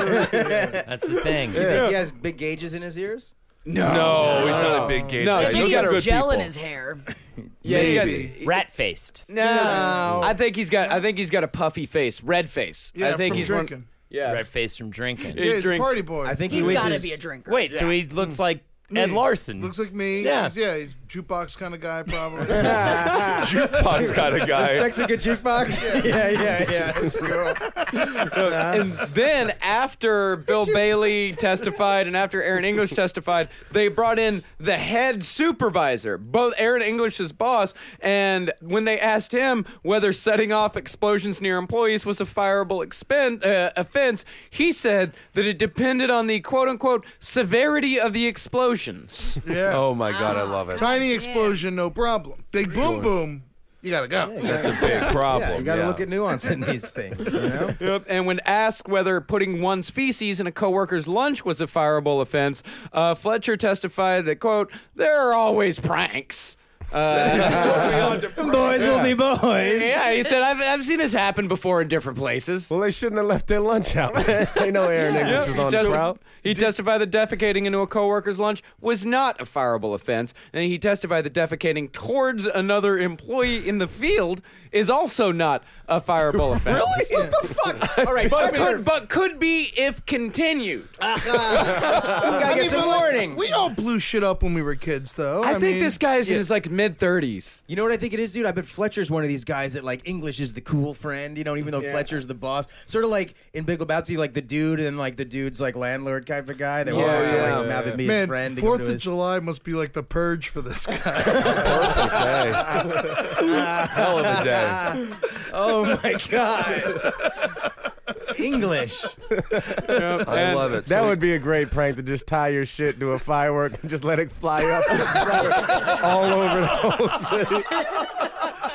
That's the thing. *laughs* He has big gauges in his ears. No, he's not a big gay. No, guy. he's Those He's got are a got good gel in people. his hair. Yeah, he's got- Maybe. Rat faced. no, I think he's got. I think he's got a puffy face, red face. Yeah, I think from he's one- drinking. yeah, Rat faced from drinking. yeah, he's drinks- a party boy. I think he He's wishes. got to be a drinker. Wait, so he looks like Ed Me. Larson. Looks like me. Yeah. he's, yeah, he's jukebox kind of guy probably. *laughs* Jukebox kind of guy. Mexican jukebox. *laughs* yeah, yeah, yeah. It's cool. And then after Bill Bailey testified and after Aaron English testified, they brought in the head supervisor, both Aaron English's boss, and when they asked him whether setting off explosions near employees was a fireable expen- uh, offense, he said that it depended on the quote unquote severity of the explosions. yeah. Oh my god, I love it. Tiny explosion, no problem. Big boom boom, you gotta go. That's a big problem. Yeah, you got to yeah. look at nuance in these things. You know? Yep. And when asked whether putting one's feces in a coworker's lunch was a fireable offense, uh, Fletcher testified that, quote, there are always pranks. Uh, *laughs* boys will be boys. Yeah, he said, I've, I've seen this happen before in different places. well, they shouldn't have left their lunch out. they know Aaron English is He, on testi- the *laughs* prowl. he testified that defecating into a coworker's lunch was not a fireable offense, and he testified that defecating towards another employee in the field is also not a *laughs* fireable offense. What the fuck? All right, But come here. could, but could be if continued. We gotta get some warning. We all blew shit up when we were kids, though. I, think mean, this guy's in his like mid thirties. You know what I think it is, dude? I bet Fletcher's one of these guys that like English is the cool friend, you know, even though Fletcher's the boss. Sort of like in Big Lebowski, like the dude and like the dude's like landlord type of guy that wants to like *laughs* map and be his Man, friend. to go Fourth to of *laughs* his- July must be like the purge for *laughs* this guy. Hell of a day. Oh my god. English. I love it. That So- would be a great prank to just tie your shit to a firework and just let it fly up and *laughs* spread all over the whole city.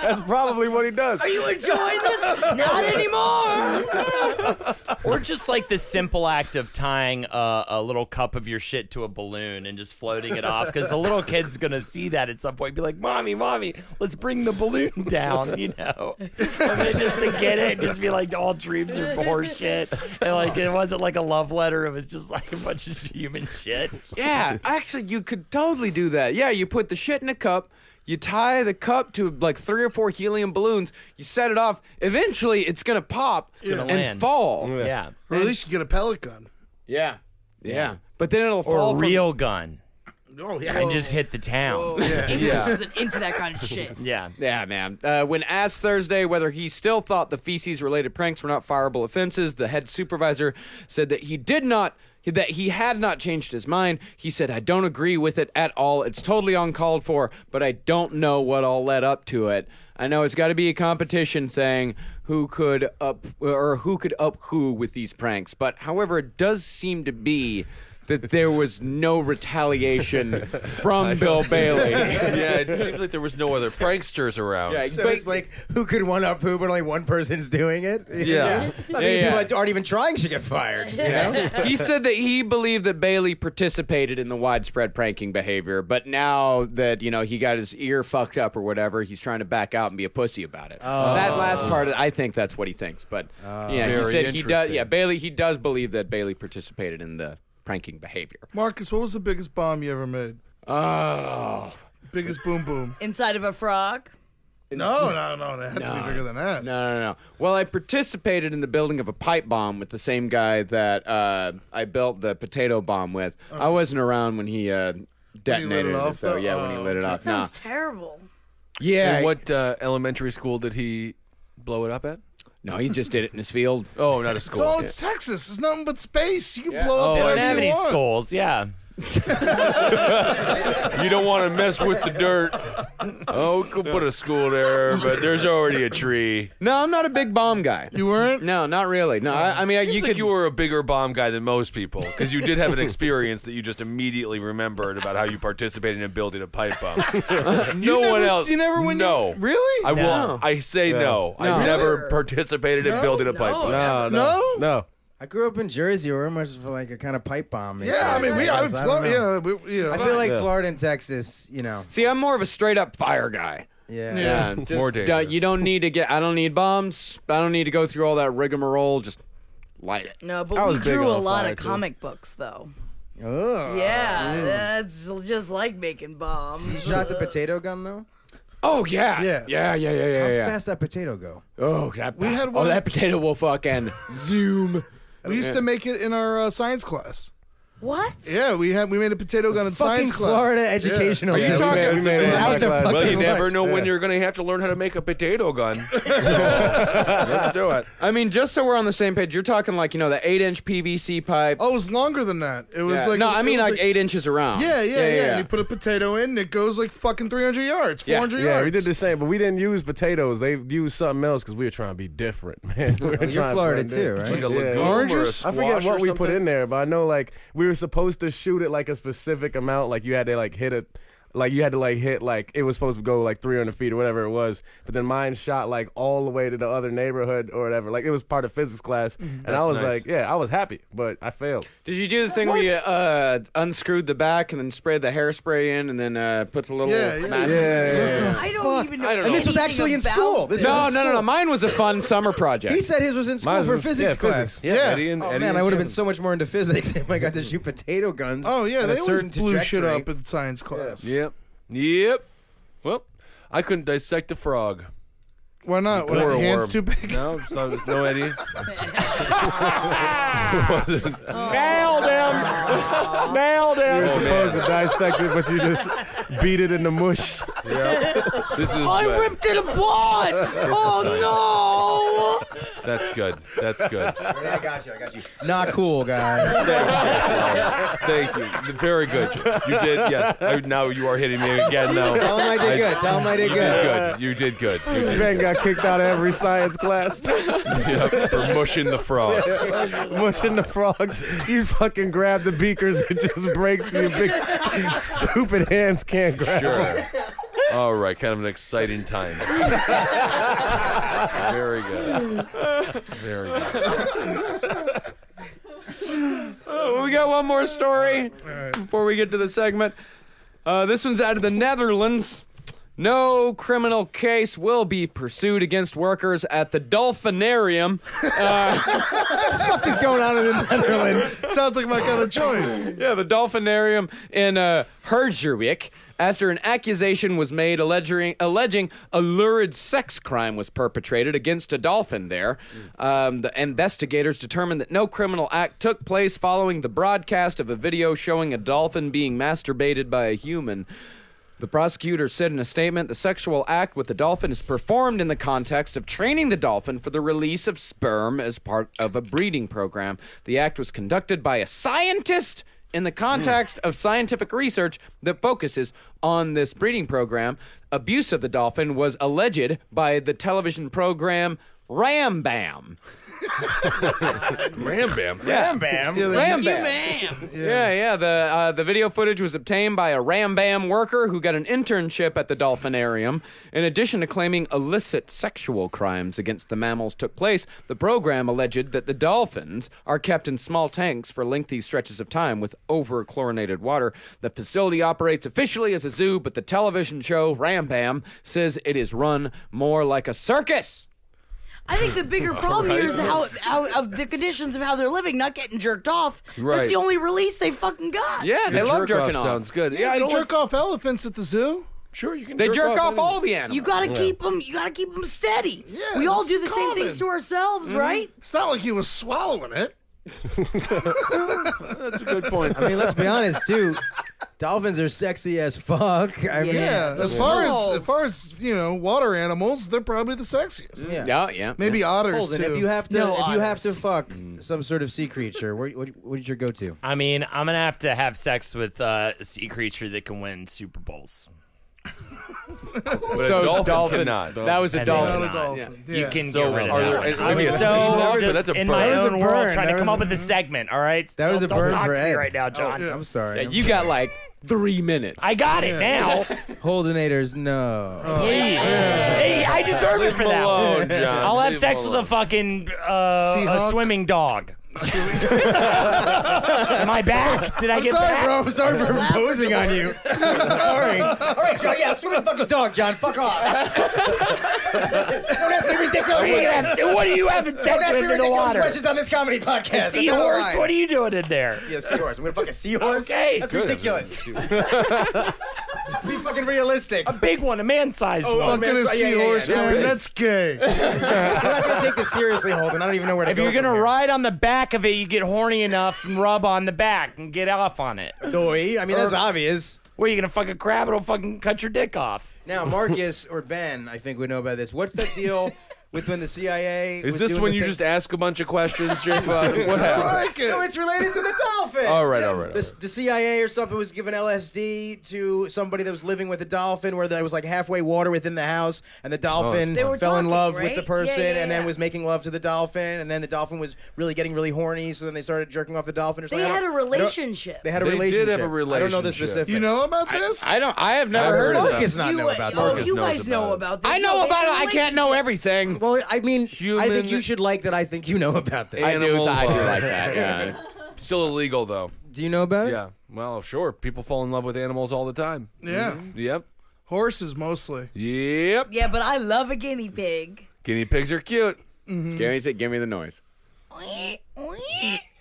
That's probably what he does. Are you enjoying this? *laughs* Not anymore. Or just like the simple act of tying a, a little cup of your shit to a balloon and just floating it off, because the little kid's gonna see that at some point, and be like, "Mommy, mommy, let's bring the balloon down," you know. And then just to get it, just be like, "All dreams are horseshit," and like it wasn't like a love letter; it was just like a bunch of human shit. Yeah, actually, you could totally do that. Yeah, you put the shit in a cup. You tie the cup to like three or four helium balloons. You set it off. Eventually, it's gonna pop gonna and land. fall. Yeah. Yeah, or at least you get a pellet gun. yeah, But then it'll or fall. a from- real gun Oh yeah. and just hit the town. English isn't into that kind of shit. Yeah. yeah, man. Uh, when asked Thursday whether he still thought the feces-related pranks were not fireable offenses, the head supervisor said that he did not. That he had not changed his mind. He said, "I don't agree with it at all. It's totally uncalled for, but I don't know what all led up to it. I know it's got to be a competition thing. Who could up or who could up who with these pranks? But however, it does seem to be." That there was no retaliation from Bill *laughs* *laughs* Bailey. yeah, it seems like there was no *laughs* other pranksters around. Yeah, So but- it's like who could one up who, but only one person's doing it. *laughs* You Yeah. know? I think Yeah, yeah. people that aren't even trying should get fired. You know? *laughs* he said that he believed that Bailey participated in the widespread pranking behavior, but now that you know he got his ear fucked up or whatever, he's trying to back out and be a pussy about it. That last part, I think that's what he thinks. But yeah, he Very said he does. interesting. Yeah, Bailey, he does believe that Bailey participated in the pranking behavior. Marcus, what was the biggest bomb you ever made? Oh Biggest *laughs* boom boom. Inside of a frog. no, no, no. It had to be bigger than that. no, no, no. Well, I participated in the building of a pipe bomb with the same guy that uh, I built the potato bomb with. I wasn't around when he. Uh, Detonated it it, off, so though? yeah, when he Oh, lit it off. Uh, Nah. Sounds terrible. Yeah, And what uh, elementary school did he blow it up at? No, he just did it in his *laughs* field. Oh, *laughs* not a school. It's all it's Texas. It's nothing but space. You can blow They Oh, up don't whatever have you any want. schools. Yeah. You don't want to mess with the dirt. Oh, we could put a school there, but there's already a tree. No, I'm not a big bomb guy. You weren't? No, not really. No, I, I mean, I- Seems you like could. you were a bigger bomb guy than most people because you did have an experience that you just immediately remembered about how you participated in building a pipe *laughs* bomb. no one never- else. you never when you- No, Really? I No. will. I say no. No. I never participated in building a pipe bomb. No, no, No? no. I grew up in Jersey, where we're much for like a kind of pipe bomb. Yeah, I mean, we- I would don't Flo- know. yeah, we- yeah. I feel like Yeah. Florida and Texas, you know. See, I'm more of a straight up fire guy. Yeah. *laughs* Yeah, just, More uh, dangerous. You don't need to get. I don't need bombs. I don't need to go through all that rigmarole. Just light it. No, I but we was big drew a on lot fire, of too. comic books, though. Ugh. Yeah, that's just like making bombs. Shot the potato gun though. Oh yeah, Yeah. yeah, yeah, yeah, yeah. How yeah. fast that potato go? Oh, that, we had oh, one- that potato *laughs* will fucking zoom. We used to make it in our uh, science class. What? Yeah, we had we made a potato gun in Fucking science class. Florida Yeah. educational. you talking- we made it It's in out my to class. fucking Well, you lunch. never know when you're going to have to learn how to make a potato *laughs* gun. So, let's do it. I mean, just so we're on the same page, you're talking like you know the eight inch PVC pipe. Oh, it was longer than that. It was Yeah. like no, it I mean was like, eight inches around. Yeah, yeah, yeah, And you put a potato in, and it goes like fucking 300 yards, Yeah. 400 yards. Yeah, we did the same, but we didn't use potatoes. They used something else because we were trying to be different, man. *laughs* We were trying You're to Florida blend in. too, right? Like a legume or a Oranges? I squash forget or what we put something? in there, but I know like we were supposed to shoot it like a specific amount. Like you had to like hit it, like you had to like hit like it was supposed to go like 300 feet or whatever it was. But then mine shot like all the way to the other neighborhood or whatever. Like it was part of physics class, and I was Mm-hmm. nice. like, yeah, I was happy, but I failed. Did you do the thing where you uh, unscrewed the back and then sprayed the hairspray in and then uh, put the little? Yeah, yeah. matches? I don't even know. I don't And this was anything actually in about school. This this. No, was in no, no, no. school. Mine was a fun summer project. He said his was in school Mine for was- physics yeah, class. physics. Yeah, Yeah. Eddie and Oh Eddie man, and I would have been Jim. so much more into physics *laughs* if I got to shoot potato guns. Oh yeah, on they a always certain blew shit trajectory. up in science class. Yep. Yep. Well, I couldn't dissect a frog. Why not? Why Or a not? Hands worm. too big. No, it's not- it's no Eddie. Nailed him. Nailed Oh, You were him. supposed Oh, to dissect it, but you just beat it in the mush. This is I uh, ripped it apart. Oh no! that's good. That's good. I got you. I got you. *laughs* Not cool, guys. Thank you. Very good. You did. Yes. I, now you are hitting me again. Now. Tell them I did good. Tell them I did You did good. good. You did good. You did Ben got kicked out of every science class. *laughs* Yep, for mushing the frog. *laughs* mushing the frogs. You fucking grab the beakers and just breaks your big st- stupid hands can't grab. *laughs* Sure. All right, kind of an exciting time. Very good. Very good. Well, we got one more story before we get to the segment. Uh, this one's out of the Netherlands. No criminal case will be pursued against workers at the Dolphinarium. What is going on in the Netherlands? Sounds like my kind of joint. yeah, the Dolphinarium in uh, Herjewijk after an accusation was made alleging, alleging a lurid sex crime was perpetrated against a dolphin there. Um, the investigators determined that no criminal act took place following the broadcast of a video showing a dolphin being masturbated by a human. The prosecutor said in a statement the sexual act with the dolphin is performed in the context of training the dolphin for the release of sperm as part of a breeding program. The act was conducted by a scientist in the context of scientific research that focuses on this breeding program. Abuse of the dolphin was alleged by the television program Ram Bam. Ram bam. Ram Bam. Ram Bam. Yeah, yeah. The uh, the video footage was obtained by a Ram Bam worker who got an internship at the Dolphinarium. In addition to claiming illicit sexual crimes against the mammals took place, the program alleged that the dolphins are kept in small tanks for lengthy stretches of time with over chlorinated water. The facility operates officially as a zoo, but the television show Ram Bam says it is run more like a circus. I think the bigger problem here is how, how of the conditions of how they're living, not getting jerked off. Right. That's the only release they fucking got. Yeah, they The love jerk off jerking off. Sounds good. Yeah, I They don't jerk off elephants at the zoo. sure you can. they jerk off any- all the animals. You gotta keep them. You gotta keep them steady. Yeah, we all it's do the common. same things to ourselves, right? It's not like he was swallowing it. That's a *laughs* good point. I mean, let's be honest too. Dolphins are sexy as fuck. I mean, Yeah, as far as Balls. as far as you know, water animals, they're probably the sexiest. yeah. Yeah, yeah. Maybe otters Holden, too. if you have to, No if you have to otters. fuck some sort of sea creature, what, what, what's your go-to? I mean, I'm gonna have to have sex with uh, a sea creature that can win Super Bowls. But So a dolphin, dolphin- cannot. That was a And dolphin. not. dolphin. You Yeah. can So, uh, get rid are of there- that. it- one. I'm I mean, so that's a- that's a just in my burn. That was own a world burn. Oh, trying to That come was up a- with a segment. All right, That was Don't- a don't burn talk for to me Ed. right now, John. I'm sorry, Yeah, you got like three minutes. I got it now. Holdenators. No, Oh, Please, hey, I deserve it for that. one. Alone, John. I'll have Leave sex him with a alone. fucking uh, a *laughs* Seahawk? swimming dog. Am I back? Did I I'm get sorry, back? bro. I'm sorry for imposing on you. sorry. All right, John. Yeah, swim and fuck a dog, John. Fuck off. *laughs* Don't ask me ridiculous. What are you gonna have- what are you having sex Don't ask me with in the ridiculous water? questions on this comedy podcast. That's all Seahorse? right. What are you doing in there? Yeah, seahorse. I'm gonna fuck a seahorse. Okay. That's Good. *laughs* ridiculous. Be fucking realistic. A big one, a man-sized Oh, one. oh, Fucking man, a yeah, yeah, yeah, seahorse, no, man. it's- That's gay. We're not gonna take this seriously, Holden. I don't even know where to If go. you're from gonna here. ride on the back of it, you get horny enough and rub on the back and get off on it. Doi. I mean, that's obvious. What are you gonna fuck a crab? It'll fucking cut your dick off. Now, Marcus or Ben, I think we know about this. What's that *laughs* deal with when the CIA? Is was this doing when the you thing- just ask a bunch of questions, Jeff? Uh, what happened? No, it's related to the dolphin. All right, all right, all The, the CIA or something was giving LSD to somebody that was living with a dolphin, where there was like halfway water within the house, and Oh, the dolphin They were fell in talking, love with right? the person, Yeah, yeah, and then yeah. was making love to the dolphin, and then the dolphin was really getting really horny, so then they started jerking off the dolphin. Or They something. I had a don't- I relationship. don't- They had a They relationship. did have a I don't know the relationship. specifics. You know about this? I don't. I have never I've heard heard of of that. Marcus not you, know about oh, this. Marcus you knows guys know about it. about this. I No, know they about had a it. I can't know everything. Well, I mean, I think Human- you should like that. I think you know about this. I do. Animal I do love. like that. Yeah. Still illegal though. Do you know about it? Yeah. Well, sure. People fall in love with animals all the time. yeah. Yep. Horses mostly. Yep. Yeah, but I love a guinea pig. Guinea pigs are cute. Give me, give me the noise.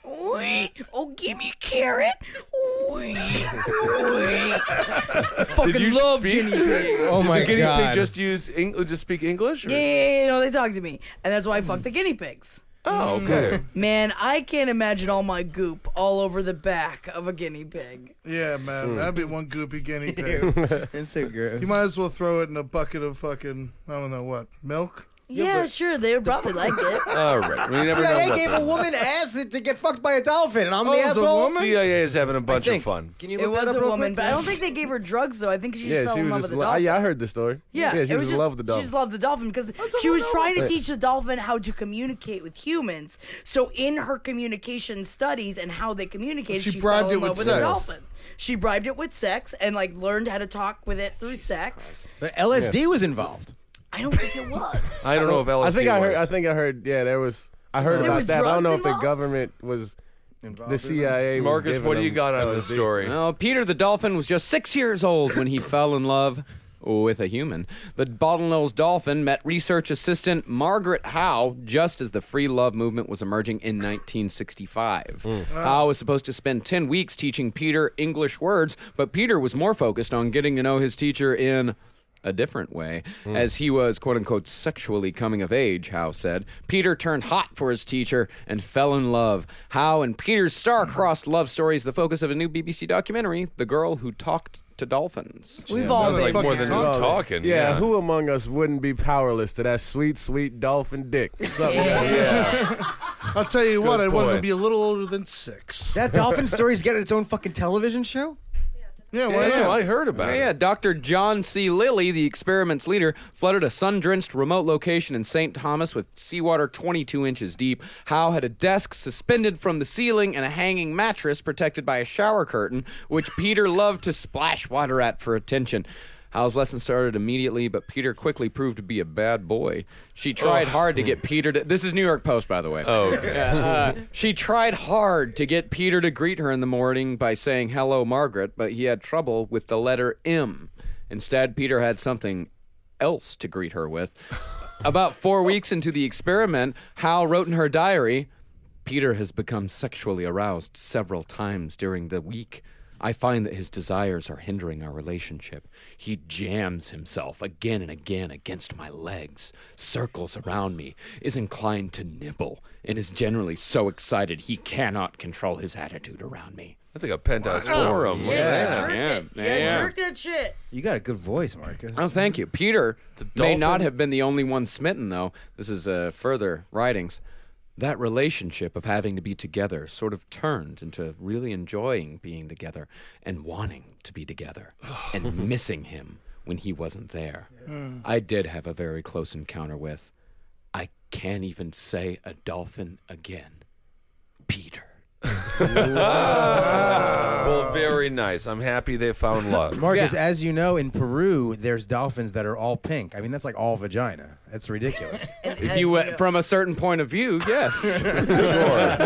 Oh, give me a carrot. Oh, Did you love guinea pigs? Oh *laughs* my Guinea god. pig just use Eng- just speak English? or- Yeah, yeah, yeah, no, they talk to me, and that's why I fuck the guinea pigs. Oh, Mm. okay. Man, I can't imagine all my goop all over the back of a guinea pig. Yeah, man. That'd be one goopy guinea pig. it's so gross. you might as well throw it in a bucket of fucking, I don't know what, milk? Yeah, sure, they would probably like it. all Uh, right. We never know. CIA about gave that. Oh, a woman acid to get fucked by a dolphin, and I'm the it was a asshole. woman? CIA is having a bunch Think. of fun. Can you It look was that up a real woman, quick? but I don't think they gave her drugs though. I think she just Yeah, fell she in love was just. with the Lo- I, dolphin. yeah, I heard the story. Yeah, yeah, she it was, was in just, love with the She dolphin. just loved the dolphin because she was trying to teach the dolphin how to communicate with humans. So in her communication studies and how they communicated, She she, bribed fell it in love with with sex. the dolphin. She bribed it with sex and like learned how to talk with it through sex. But LSD was involved. I don't think it *laughs* was. I don't know if LSD I think I heard. was. I think I heard. Yeah, there was. I heard There about was that. I don't drugs know if the involved? government was. Involved The CIA. was Marcus, giving what do you them got on this LSD. story? Well, Peter the dolphin was just six years old when he *laughs* fell in love with a human. The bottlenose dolphin met research assistant Margaret Howe just as the free love movement was emerging in 1965. Howe was supposed to spend 10 weeks teaching Peter English words, but Peter was more focused on getting to know his teacher in a different way, as he was quote unquote sexually coming of age, Howe said. Peter turned hot for his teacher and fell in love. Howe and Peter's star-crossed love story is the focus of a new BBC documentary, The Girl Who Talked to Dolphins. We've all Sounds been like more than there. just talking. Yeah, yeah. who among us wouldn't be powerless to that sweet, sweet dolphin dick? What's up, man? I'll tell you what, I want him boy. to be a little older than six. That *laughs* dolphin story's getting its own fucking television show? Yeah, why That's not? what I heard about Yeah, it. yeah, Dr. John C. Lilly, the experiment's leader, flooded a sun drenched remote location in St. Thomas with seawater 22 inches deep. Howe had a desk suspended from the ceiling and a hanging mattress protected by a shower curtain, which Peter loved to splash water at for attention. Howe's lesson started immediately, but Peter quickly proved to be a bad boy. She Oh. tried hard to get Peter to. This is New York Post, by the way. Oh, she tried hard to get Peter to greet her in the morning by saying hello, Margaret, but he had trouble with the letter M. Instead, Peter had something else to greet her with. About four weeks into the experiment, Hal wrote in her diary Peter has become sexually aroused several times during the week. I find that his desires are hindering our relationship. He jams himself again and again against my legs, circles around me, is inclined to nibble, and is generally so excited he cannot control his attitude around me. That's like a penthouse forum. Look at that. Jerk it. Yeah, Yeah, yeah. jerk that shit. You got a good voice, Marcus. Oh, thank you. Peter may dolphin. not have been the only one smitten, though. This is uh, further writings. That relationship of having to be together sort of turned into really enjoying being together and wanting to be together and missing him when he wasn't there. I did have a very close encounter with, I can't even say a dolphin again, Peter. Well, very nice. I'm happy they found love. *laughs* Marcus, as you know, in Peru, there's dolphins that are all pink. I mean, that's like all vagina. That's *laughs* ridiculous. If you went from a certain point of view, *laughs* yes.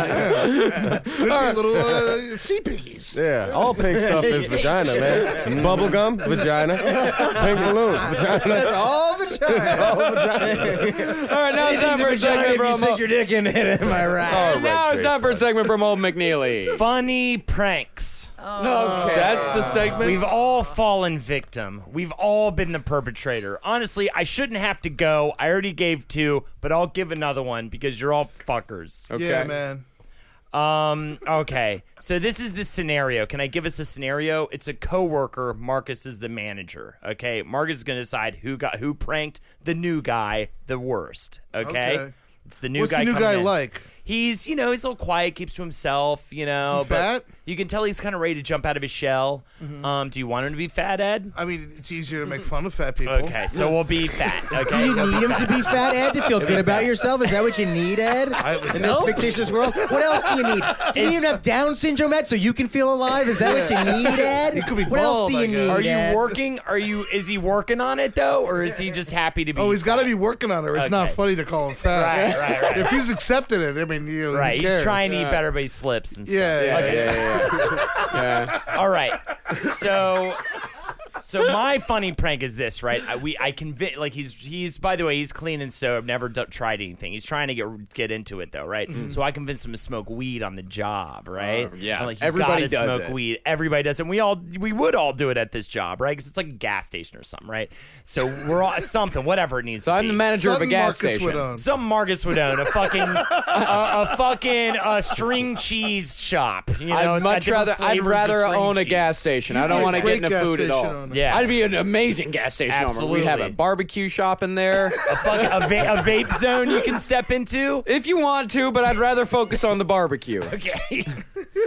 Could be little uh, sea piggies. Yeah, all pink stuff *laughs* is vagina, *laughs* man. Bubblegum, vagina. Pink balloons, vagina. that's all vagina. All right, now it's time for a vagina segment if you from. stick your dick in it. Am I right? All Now right, it's Jake. time for a segment from Old McNeely. Funny pranks. That's the segment. We've all fallen victim. We've all been the perpetrator. Honestly, I shouldn't have to go. I already gave two, but I'll give another one because you're all fuckers. Yeah, man. Um, okay. So this is the scenario. Can I give us a scenario? It's a coworker. Marcus is the manager. Okay. Marcus is gonna decide who got who pranked the new guy the worst. Okay. Okay. It's the new What's guy. the new coming guy in. like? He's you know he's a little quiet, keeps to himself. You know, Is he but fat? Mm-hmm. you can tell he's kind of ready to jump out of his shell. Um, do you want him to be fat, Ed? I mean, it's easier to make fun of fat people. Okay, so we'll *laughs* be fat. Do Okay. you need him to be fat, Ed, to feel good about yourself? Is that what you need, Ed? In this fictitious world, what else do you need? Do you need him to have Down syndrome, Ed, so you can feel alive? Is that what you need, Ed? You could be what else bald, do you I need? guess. Are Ed? you working? Are you? Is he working on it though, or is he just happy to be? Oh, he's got to be working on it. It's not Okay. funny to call him fat. Right, right, *laughs* right. If he's accepted it, I mean, you know, Right, Who he's cares? trying to eat better, but he slips and stuff. Yeah, yeah, Okay. yeah. All right, so. So my funny prank is this, right? I, we I convince like he's he's by the way he's clean and sober, never d- tried anything. He's trying to get get into it though, right? So I convinced him to smoke weed on the job, right? Mm-hmm. Oh, yeah. I'm like, you Everybody gotta does smoke it. weed. Everybody does it. And we all we would all do it at this job, right? Because it's like a gas station or something, right? So we're all something, whatever it needs. So to I'm be. the manager of a Something Marcus gas would station. own. Some Marcus would own a fucking a, a fucking uh, string cheese shop. You know, I'd it's got much different rather I'd flavors of rather string own a cheese. gas station. I be don't a want to great get into gas food at station all. owner. Yeah. I'd be an amazing gas station owner. Absolutely. We'd have a barbecue shop in there Fuck, a, va- a vape zone you can step into. if you want to, but I'd rather focus on the barbecue. Okay. *laughs*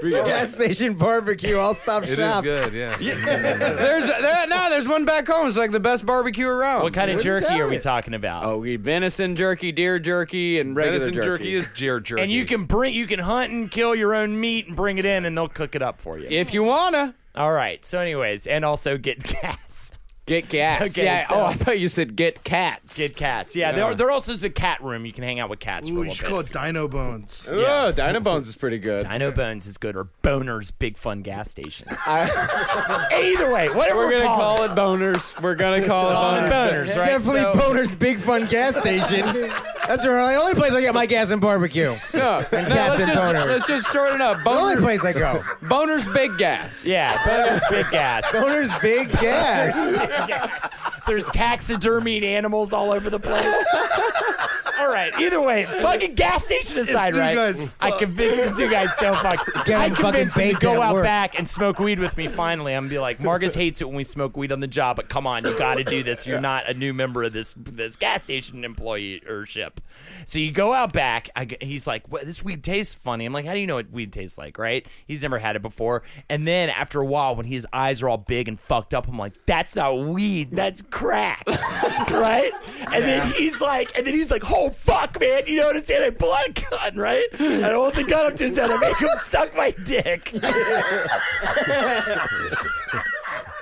Gas station barbecue. I'll stop It is shop. good, yeah. There's there, now there's one back home. It's like the best barbecue around. What kind of jerky doubt are we it. talking about? Oh, we venison jerky, deer jerky, and regular Medicine jerky is deer jerky. And you can bring, you can hunt and kill your own meat and bring it in, and they'll cook it up for you. if you wanna All right. So, anyways, and also get gas. get cats. Okay, yeah. so- Oh, I thought you said get cats. Get cats. Yeah, There, there also is a cat room. You can hang out with cats for a Ooh, you little should bit. call it Dino Bones. Oh, Dino Bones is pretty good. Dino Bones is good, or Boner's Big Fun Gas Station. I- Either way, whatever we're gonna calling call it boners. We're gonna call it *laughs* All the boners. boners, right? Definitely So- Boner's Big Fun Gas Station. That's where the only place I get my gas and barbecue. No, no, let's and just boners. let's just shorten it up. The only Boner, place I go. boners, big gas. Yeah, Boner's *laughs* Big Gas. Boner's Big Gas. There's taxidermied animals all over the place. All right. Either way, fucking gas station aside, This dude right? guy's I convinced these two guys so fuck. Get I him fucking convinced them to baked go at out work. back and smoke weed with me. Finally, I'm gonna be like, Marcus hates it when we smoke weed on the job, but come on, you got to do this. You're not a new member of this this gas station employee ership. So you go out back. I g he's like, well, this weed tastes funny. I'm like, how do you know what weed tastes like, right? He's never had it before. And then after a while, when his eyes are all big and fucked up, I'm like, that's not weed, that's crack, *laughs* right? And then he's like, and then he's like, oh fuck, man, you know what I'm saying? I pull out a gun, right? And I hold the gun up to his head, I make him suck my dick.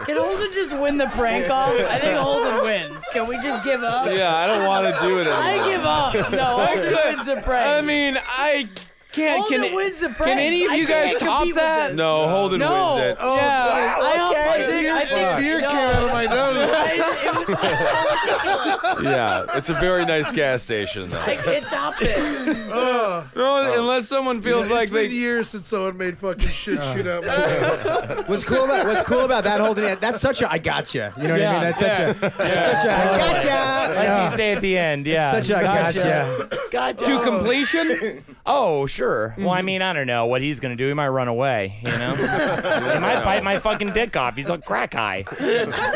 Can Holden just win the prank off? I think Holden wins. Can we just give up? Yeah, I don't want to do it anymore. I give up. No, Holden wins the prank. I mean, I can't. Holden Can, wins the prank. can any of I you guys can't top compete with that? this. no, Holden No. wins it. Oh, yeah. I hope I Okay. did. I think Beer no. came out of my nose. *laughs* I- it, was, Yeah, it's a very nice gas station, though. like, it topped it. No, unless someone feels It's like been they. years since someone made fucking shit Uh, *laughs* shoot out my nose. What's cool about what's cool about that holding it? That's such a I gotcha. You know what I mean? That's such a that's such a I gotcha. As Yeah. you say at the end, yeah. Such a I gotcha. gotcha. To *laughs* completion, Oh, sure. Well, I mean, I don't know what he's gonna do. He might run away. You *laughs* know, he might bite my fucking dick off. He's a *laughs* crack high.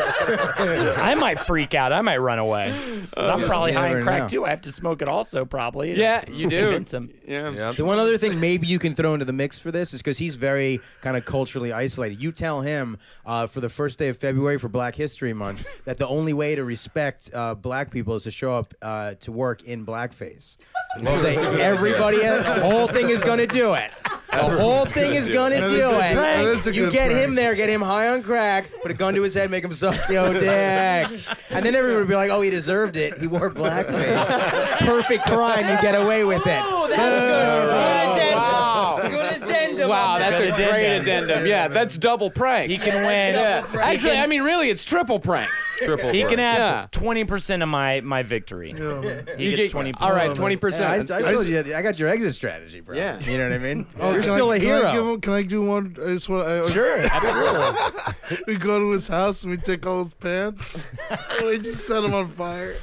I might freak out. I might run away. 'Cause Uh, I'm probably You high in never crack know. too. I have to smoke it also, probably. to yeah, you do. Convince him. Yeah. The one other thing maybe you can throw into the mix for this is because he's very kind of culturally isolated. You tell him uh, for the first day of February for Black History Month that the only way to respect uh, black people is to show up uh, to work in blackface. And say, everybody, the whole thing is going to do it. The whole thing is gun and That is a- deal. that and is a You good get prank. him there, get him high on crack, put a gun to his head, make him suck yo dick, and then everybody would be like, "Oh, he deserved it. He wore blackface. Perfect crime. You get away with it." Oh, that's good. Good addendum. Wow. Good addendum. Wow, that's a Good addendum. great addendum. Yeah, that's double prank. He can win. yeah. prank. Actually, He can- I mean, really, it's triple prank. Triple. He can Yeah. have twenty percent of my my victory. He You gets get- twenty. All right, man. twenty Yeah, I, I percent. told you, I got your exit strategy, bro. Yeah. You know what I mean? Oh, You're can I- still a can I give hero. him- can I do one? I just want. I, *laughs* sure, absolutely. we go to his house and we take all *laughs* his pants. and we just set him on fire.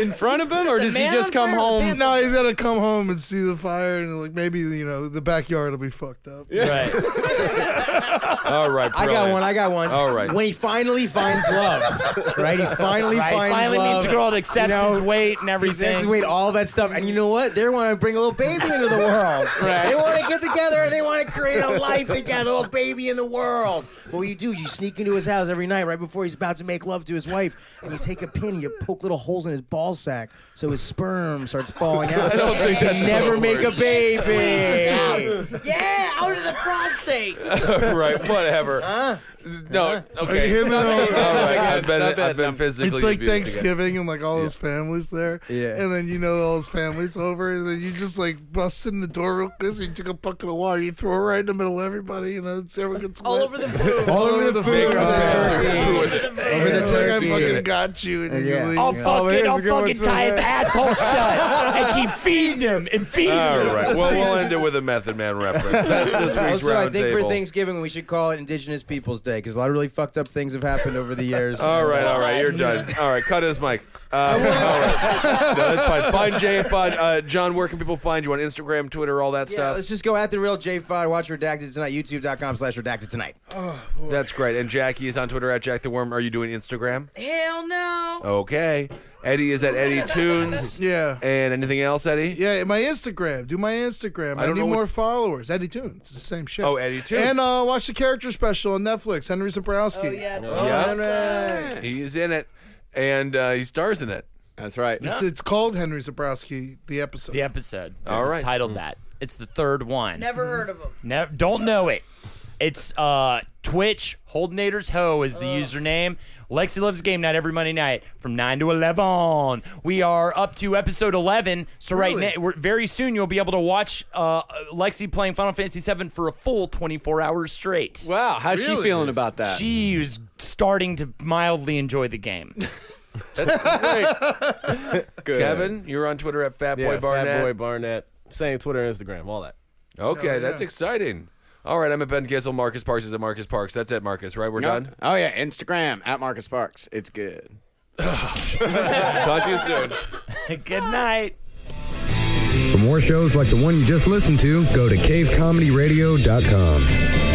in front of him, or does he man just on come fire with home? No, he's gotta come home and see the fire and like maybe you know the backyard will be fucked up. Right. *laughs* All right. I got brilliant. one. I got one. All right. When he finally finds love, right? He finally Right. finds Finally love. meets a girl that accepts You know, his weight and He says, everything. wait, all that stuff. And you know what? They want to bring a little baby into the *laughs* world. Right. They want to get together and they want to create a life together, a little baby in the world. But what you do is you sneak into his house every night right before he's about to make love to his wife, and you take a pin and you poke little holes in his ball sack so his sperm starts falling out. *laughs* I don't think he can never make a baby. Yeah, out of the *laughs* prostate. *laughs* right. Whatever. Uh-huh. Uh-huh. No. *laughs* Okay. Him and all- All right. I've been, Not bad. I've been physically It's like abused again. Thanksgiving and like all his family's there. Yeah. And then you know all his family's over and then you just like bust in the door real quick. So you took a bucket of water, you throw it right in the middle of everybody, you know, it's everyone gets All wet. over the *laughs* food. All over the food, Big over the fan. turkey. Who is it? Over the Like, I fucking turkey. got you and you Yeah. leave. I'll Oh, here's fucking, I'll a good one fucking too. tie his asshole shut and keep feeding him and feeding All him. right. Well, we'll end it with a *laughs* Method Man reference. That's this week's Also, I round think for table. Thanksgiving we should call it Indigenous Peoples Day because a lot of really fucked up things have happened over the *laughs* years. All right, all right, you're done. All right, cut his mic. Uh, all right, no, that's fine. Find JF on uh, John. Where can people find you on Instagram, Twitter, all that Yeah, stuff? let's just go at the real J Fod. Watch Redacted Tonight, youtube.com slash redacted tonight. That's great. And Jackie is on Twitter at Jack the Worm. Are you doing Instagram? Hell no. Okay. Eddie is at Eddie Tunes. Yeah. And anything else, Eddie? Yeah, my Instagram. Do my Instagram. I, don't need know more what- followers. Eddie Tunes. It's the same shit. Oh, Eddie Tunes. And uh, watch the character special on Netflix. Henry Zabrowski. Oh, yeah, it's uh, Yeah. He is in it, and uh, he stars in it. That's right. It's, it's called Henry Zabrowski, the episode. The episode. All It's right. Titled that. It's the third one. Never heard of him. Nev- don't know it. It's uh, Twitch, Holdenators Ho is the username. Lexi loves game night every Monday night from 9 to 11. We are up to episode 11. So, Really? right now, we're, very soon you'll be able to watch uh, Lexi playing Final Fantasy VII for a full 24 hours straight. Wow, how's she Really? feeling about that? She is starting to mildly enjoy the game. *laughs* Good. Kevin, you're on Twitter at Fat Yeah, Boy Barnett. Fat Boy Barnett. Same Twitter, Instagram, all that. Okay, that's exciting. All right, I'm at Ben Gissel. Marcus Parks is at Marcus Parks. That's it, Marcus. Right, we're Oh, done. oh yeah, Instagram at Marcus Parks. It's good. Talk to you soon. Good night. For more shows like the one you just listened to, go to cavecomedyradio.com.